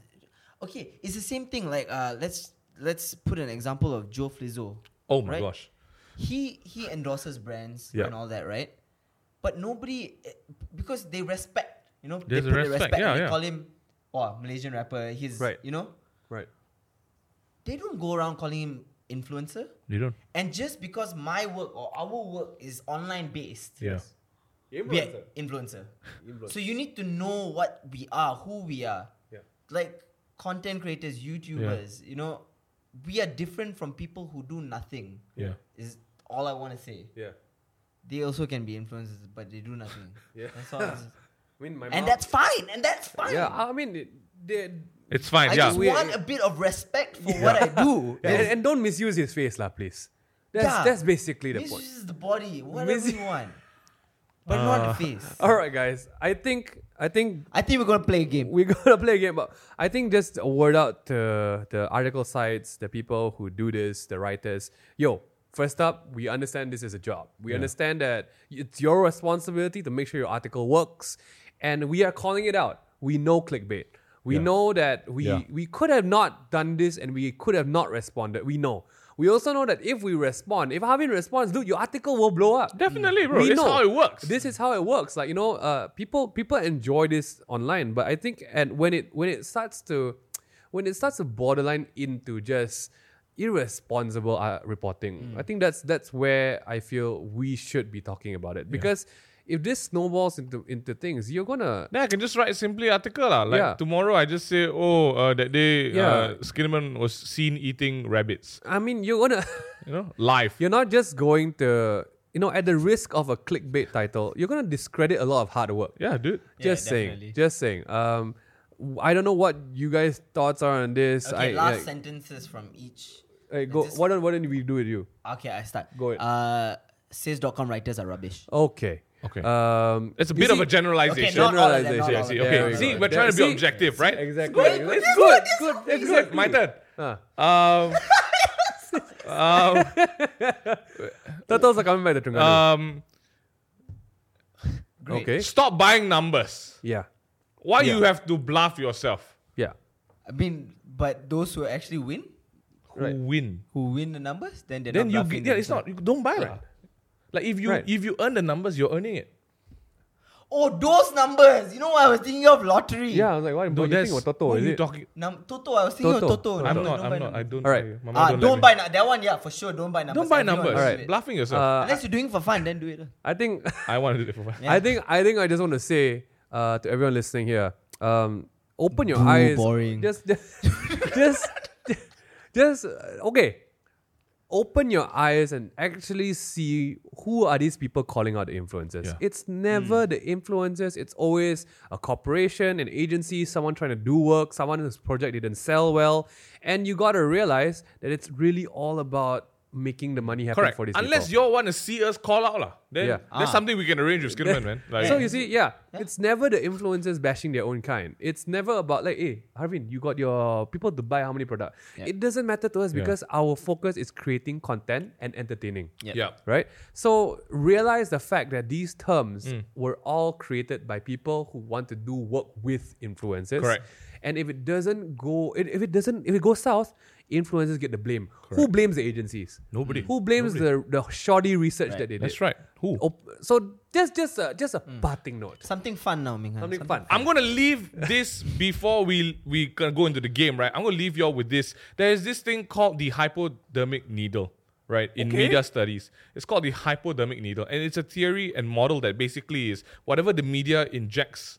Speaker 3: Okay, it's the same thing. Like, uh, let's let's put an example of Joe Flizzo.
Speaker 2: Oh my
Speaker 3: right?
Speaker 2: gosh.
Speaker 3: He he endorses brands
Speaker 2: Yeah.
Speaker 3: and all that, right? But nobody, eh, because they respect, you know,
Speaker 2: There's
Speaker 3: they
Speaker 2: a
Speaker 3: put the
Speaker 2: respect,
Speaker 3: respect.
Speaker 2: yeah,
Speaker 3: and they
Speaker 2: yeah.
Speaker 3: call him, wow, Malaysian rapper. He's
Speaker 1: Right.
Speaker 3: you know,
Speaker 1: right
Speaker 3: they don't go around calling him influencer.
Speaker 2: You don't.
Speaker 3: And just because my work or our work is online based,
Speaker 2: Yeah.
Speaker 3: we are influencer.
Speaker 1: Influencer.
Speaker 3: So you need to know what we are, who we are.
Speaker 1: Yeah.
Speaker 3: Like content creators, YouTubers, you know, we are different from people who do nothing.
Speaker 2: Yeah.
Speaker 3: Is all I want to say.
Speaker 1: yeah
Speaker 3: They also can be influencers, but they do nothing.
Speaker 1: Yeah.
Speaker 3: That's all. it's-
Speaker 1: I mean, my
Speaker 3: and
Speaker 1: mom-
Speaker 3: that's fine. And that's fine.
Speaker 1: Yeah, I mean, it- they,
Speaker 2: It's fine.
Speaker 3: I
Speaker 2: yeah.
Speaker 3: just
Speaker 1: We-
Speaker 3: want a bit of respect for what I do.
Speaker 1: and, and don't misuse his face, lah, please. That's
Speaker 3: Yeah.
Speaker 1: that's basically the
Speaker 3: This
Speaker 1: point.
Speaker 3: is the body, whatever
Speaker 1: Mis- Uh,
Speaker 3: you want, but not the face.
Speaker 1: All right, guys. I think I think
Speaker 3: I think we're gonna play a game.
Speaker 1: we're gonna play a game, but I think just a word out to the article sites, the people who do this, the writers. Yo, first up, we understand this is a job. We understand that it's your responsibility to make sure your article works, and we are calling it out. We know clickbait. We
Speaker 2: Yeah.
Speaker 1: know that we
Speaker 2: Yeah.
Speaker 1: we could have not done this, and we could have not responded. We know. We also know that if we respond, if Harvin responds, dude, your article will blow up.
Speaker 2: Definitely, bro.
Speaker 1: We
Speaker 2: It's
Speaker 1: know.
Speaker 2: how it works.
Speaker 1: This is how it works. Like you know, uh, people people enjoy this online, but I think and when it when it starts to when it starts to borderline into just irresponsible uh, reporting,
Speaker 2: Hmm.
Speaker 1: I think that's that's where I feel we should be talking about it because if this snowballs into into things, you're gonna
Speaker 2: Then I can just write simply article lah. Like
Speaker 1: Yeah.
Speaker 2: tomorrow, I just say, oh, uh, that day, uh,
Speaker 1: Yeah.
Speaker 2: Skinnerman was seen eating rabbits.
Speaker 1: I mean you're gonna
Speaker 2: You know, live.
Speaker 1: you're not just going to you know at the risk of a clickbait title, you're gonna discredit a lot of hard work.
Speaker 2: Yeah, dude.
Speaker 1: just saying
Speaker 3: definitely.
Speaker 1: just saying um w- i don't know what you guys thoughts are on this i
Speaker 3: Okay,
Speaker 1: like,
Speaker 3: last sentences from each.
Speaker 2: Uh,
Speaker 1: like, go
Speaker 3: This-
Speaker 1: why don't why don't we do it you
Speaker 3: Okay, I start.
Speaker 1: Go ahead.
Speaker 3: Uh, says.com writers are rubbish.
Speaker 1: okay
Speaker 2: Okay.
Speaker 1: Um,
Speaker 2: it's a
Speaker 1: you
Speaker 2: bit of
Speaker 1: see-
Speaker 2: a generalization.
Speaker 3: Okay, not all of
Speaker 2: I see,
Speaker 3: them, not
Speaker 2: I
Speaker 3: all
Speaker 2: see.
Speaker 1: of them. There
Speaker 2: Okay.
Speaker 1: we
Speaker 2: See,
Speaker 1: go.
Speaker 2: we're trying to be
Speaker 1: See?
Speaker 2: objective, right?
Speaker 1: Exactly.
Speaker 2: It's good. It's good.
Speaker 1: good. Ah.
Speaker 2: It's good. My turn. Um,
Speaker 1: Turtles are coming by the Tringali.
Speaker 2: um,
Speaker 1: okay.
Speaker 2: stop buying numbers.
Speaker 1: Yeah.
Speaker 2: Why
Speaker 1: Yeah.
Speaker 2: you have to bluff yourself?
Speaker 1: Yeah.
Speaker 3: I mean, but those who actually win,
Speaker 1: Right.
Speaker 2: Who win?
Speaker 3: who win the numbers, then they're
Speaker 2: Then
Speaker 3: not
Speaker 2: you
Speaker 3: bluffing
Speaker 2: get, yeah, it's
Speaker 3: themselves.
Speaker 2: not. You don't buy lah. Like if you
Speaker 1: Right.
Speaker 2: if you earn the numbers, you're earning it.
Speaker 3: Oh, those numbers. You know what I was thinking of lottery.
Speaker 1: Yeah. I was like, what?
Speaker 2: No,
Speaker 1: but you
Speaker 2: that's-
Speaker 1: think what Toto
Speaker 2: what
Speaker 1: is
Speaker 2: are you
Speaker 1: it?
Speaker 2: talking?
Speaker 3: Num- Toto, I was thinking
Speaker 1: Toto.
Speaker 3: of Toto.
Speaker 2: I'm not.
Speaker 3: Toto, don't buy
Speaker 2: I'm not. I
Speaker 3: numbers.
Speaker 2: don't.
Speaker 1: Alright.
Speaker 2: buy-
Speaker 3: Ah,
Speaker 2: Mama
Speaker 3: don't,
Speaker 2: let me.
Speaker 3: buy nu- that one. Yeah, for sure, don't buy numbers.
Speaker 2: Don't buy
Speaker 3: Everyone
Speaker 2: numbers.
Speaker 3: does
Speaker 1: Alright.
Speaker 3: it.
Speaker 2: Bluffing yourself.
Speaker 1: Uh,
Speaker 3: Unless you're doing it for fun, then do it.
Speaker 1: I think.
Speaker 2: I wanted it for fun.
Speaker 1: I think I think I just want to say uh, to everyone listening here, um, open your
Speaker 3: Boo,
Speaker 1: eyes.
Speaker 3: boring.
Speaker 1: Just, just, just, just, uh, okay. Open your eyes and actually see who are these people calling out the influencers.
Speaker 2: Yeah.
Speaker 1: It's
Speaker 2: Mm.
Speaker 1: never the influencers. It's always a corporation, an agency, someone trying to do work, someone whose project didn't sell well, and you gotta realize that it's really all about making the money happen
Speaker 2: Correct.
Speaker 1: for these people.
Speaker 2: Unless y'all want to see us call out lah, then
Speaker 1: Yeah.
Speaker 2: that's
Speaker 3: Ah.
Speaker 2: something we can arrange with Skinman, man. Like,
Speaker 1: So you see, yeah, it's never the influencers bashing their own kind. It's never about like, hey, Harvin, you got your people to buy how many product. It doesn't matter to us because our focus is creating content and entertaining.
Speaker 2: yeah.
Speaker 1: Right? So realize the fact that these terms
Speaker 2: Mm.
Speaker 1: were all created by people who want to do work with influencers.
Speaker 2: Correct.
Speaker 1: And if it doesn't go if if it doesn't if it goes south, influencers get the blame. Who blames the agencies?
Speaker 2: Nobody.
Speaker 1: Who blames the, the shoddy research that they did?
Speaker 2: That's right. Who?
Speaker 1: Op- so just just a, just a
Speaker 2: Hmm.
Speaker 1: parting note.
Speaker 3: Something fun now, Minghan.
Speaker 1: Something fun.
Speaker 2: I'm gonna leave this before we we gonna go into the game, right? I'm gonna leave y'all with this. There is this thing called the hypodermic needle, right? In
Speaker 1: Okay.
Speaker 2: media studies, it's called the hypodermic needle, and it's a theory and model that basically is whatever the media injects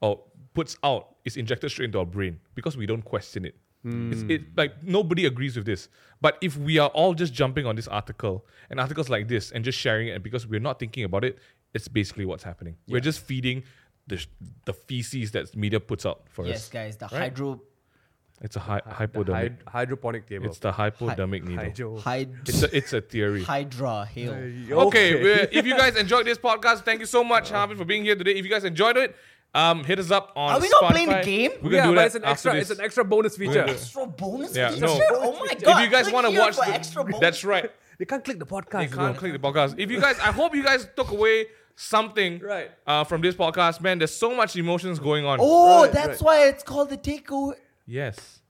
Speaker 2: or puts out is injected straight into our brain because we don't question it. It's it, like nobody agrees with this. But if we are all just jumping on this article and articles like this and just sharing it because we're not thinking about it, it's basically what's happening. We're just feeding the, sh- the feces that media puts out for
Speaker 3: Yes,
Speaker 2: us.
Speaker 3: guys, the
Speaker 2: Right?
Speaker 3: hydro.
Speaker 2: It's a hy-
Speaker 1: The
Speaker 2: hypodermic.
Speaker 1: hyd- hydroponic table.
Speaker 2: it's the hypodermic
Speaker 1: Hydro.
Speaker 2: needle.
Speaker 3: Hyd-
Speaker 2: It's a, it's a theory.
Speaker 3: hydra hail.
Speaker 2: Okay, we're- if you guys enjoyed this podcast, thank you so much,
Speaker 1: Uh-huh.
Speaker 2: Harvin, for being here today. If you guys enjoyed it, um, hit us up on.
Speaker 3: Are we not playing the
Speaker 2: Spotify.
Speaker 3: game?
Speaker 2: We're gonna
Speaker 1: yeah,
Speaker 2: do
Speaker 1: but
Speaker 2: that
Speaker 1: it's an
Speaker 2: after
Speaker 1: extra.
Speaker 2: this.
Speaker 1: It's an extra bonus feature.
Speaker 2: gonna do
Speaker 3: Extra bonus
Speaker 2: Yeah,
Speaker 3: feature?
Speaker 2: no.
Speaker 3: Oh my god.
Speaker 2: if you guys
Speaker 3: click
Speaker 2: want to
Speaker 3: here
Speaker 2: watch
Speaker 3: for
Speaker 2: the,
Speaker 3: extra bonus.
Speaker 2: that's right
Speaker 1: They can't click the podcast.
Speaker 2: you can't
Speaker 1: though.
Speaker 2: click the podcast if you guys i hope you guys took away something
Speaker 1: Right.
Speaker 2: uh, from this podcast man there's so much emotions going on
Speaker 3: Oh,
Speaker 1: Right,
Speaker 3: that's
Speaker 1: right.
Speaker 3: why it's called the takeaway.
Speaker 2: yes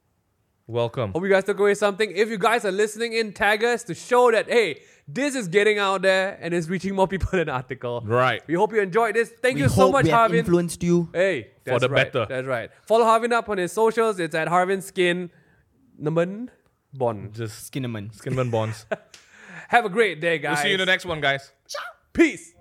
Speaker 2: welcome
Speaker 1: Hope you guys took away something. If you guys are listening in, tag us to show that hey, this is getting out there and it's reaching more people than article.
Speaker 2: Right.
Speaker 1: We hope you enjoyed this. Thank
Speaker 3: We
Speaker 1: you so
Speaker 3: hope
Speaker 1: much,
Speaker 3: we have
Speaker 1: Harvin.
Speaker 3: influenced you.
Speaker 1: hey, that's
Speaker 2: the
Speaker 1: right.
Speaker 2: better.
Speaker 1: That's right. Follow Harvin up on his socials. It's at Harvin Skin Naman Bond.
Speaker 2: just
Speaker 3: Skinnerman.
Speaker 2: skinman bonds
Speaker 1: Have a great day, guys.
Speaker 2: we'll see you in the next one guys
Speaker 1: Peace.